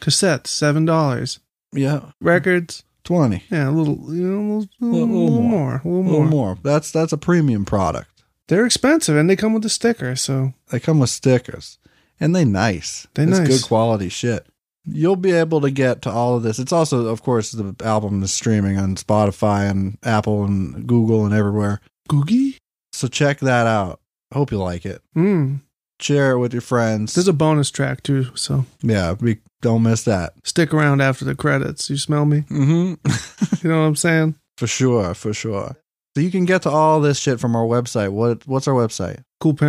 Cassettes, seven dollars.
Yeah,
Records,
twenty.
yeah, a little, you know, a little, little, more, a little,
a little
more.
more. That's that's a premium product.
They're expensive and they come with a sticker. So
They come with stickers, and they nice.
They
it's
nice.
good quality shit. You'll be able to get to all of this. It's also, of course, the album is streaming on Spotify and Apple and Google and everywhere.
Googie.
So check that out. Hope you like it.
Mm.
Share it with your friends.
There's a bonus track too. So
yeah, we don't miss that.
stick around after the credits. You smell me?
Mm-hmm.
You know what I'm saying?
for sure, for sure. So you can get to all this shit from our website. What what's our website?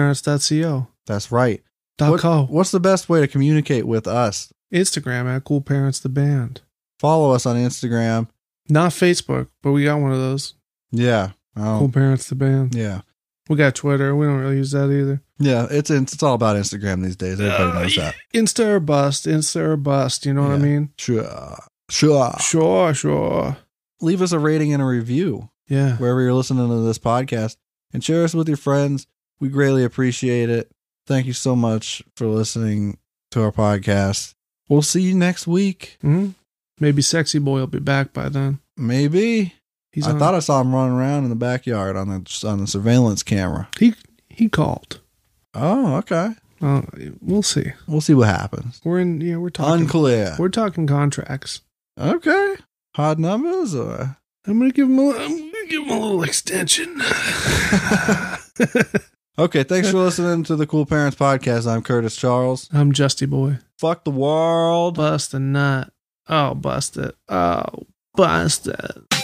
Coolparents.co.
That's right.
Dot
What-
co.
What's the best way to communicate with us?
Instagram at Cool Parents the Band.
Follow us on Instagram.
Not Facebook, but we got one of those.
Yeah. Oh,
Cool Parents the Band.
Yeah.
We got Twitter. We don't really use that either.
Yeah, it's it's all about Instagram these days. Everybody knows that.
Insta or bust, Insta or bust. You know what I
Yeah. Ah.
mean?
Sure. Sure.
Sure, sure.
Leave us a rating and a review.
Yeah.
wherever you're listening to this podcast and share us with your friends. We greatly appreciate it. Thank you so much for listening to our podcast. We'll see you next week.
hmm Maybe Sexy Boy will be back by then.
Maybe.
He's
I
on-
thought I saw him running around in the backyard on the on the surveillance camera.
he he called.
Oh, okay.
Uh, we'll see.
We'll see what happens.
We're in. Yeah, we're talking.
Unclear.
We're talking contracts.
Okay. Hard numbers or
I'm gonna give him. A, I'm gonna give him a little extension.
Okay, thanks for listening to the Cool Parents podcast. I'm Curtis Charles.
I'm Justy Boy.
Fuck the world.
Bust a nut. Oh, bust it. Oh, bust it.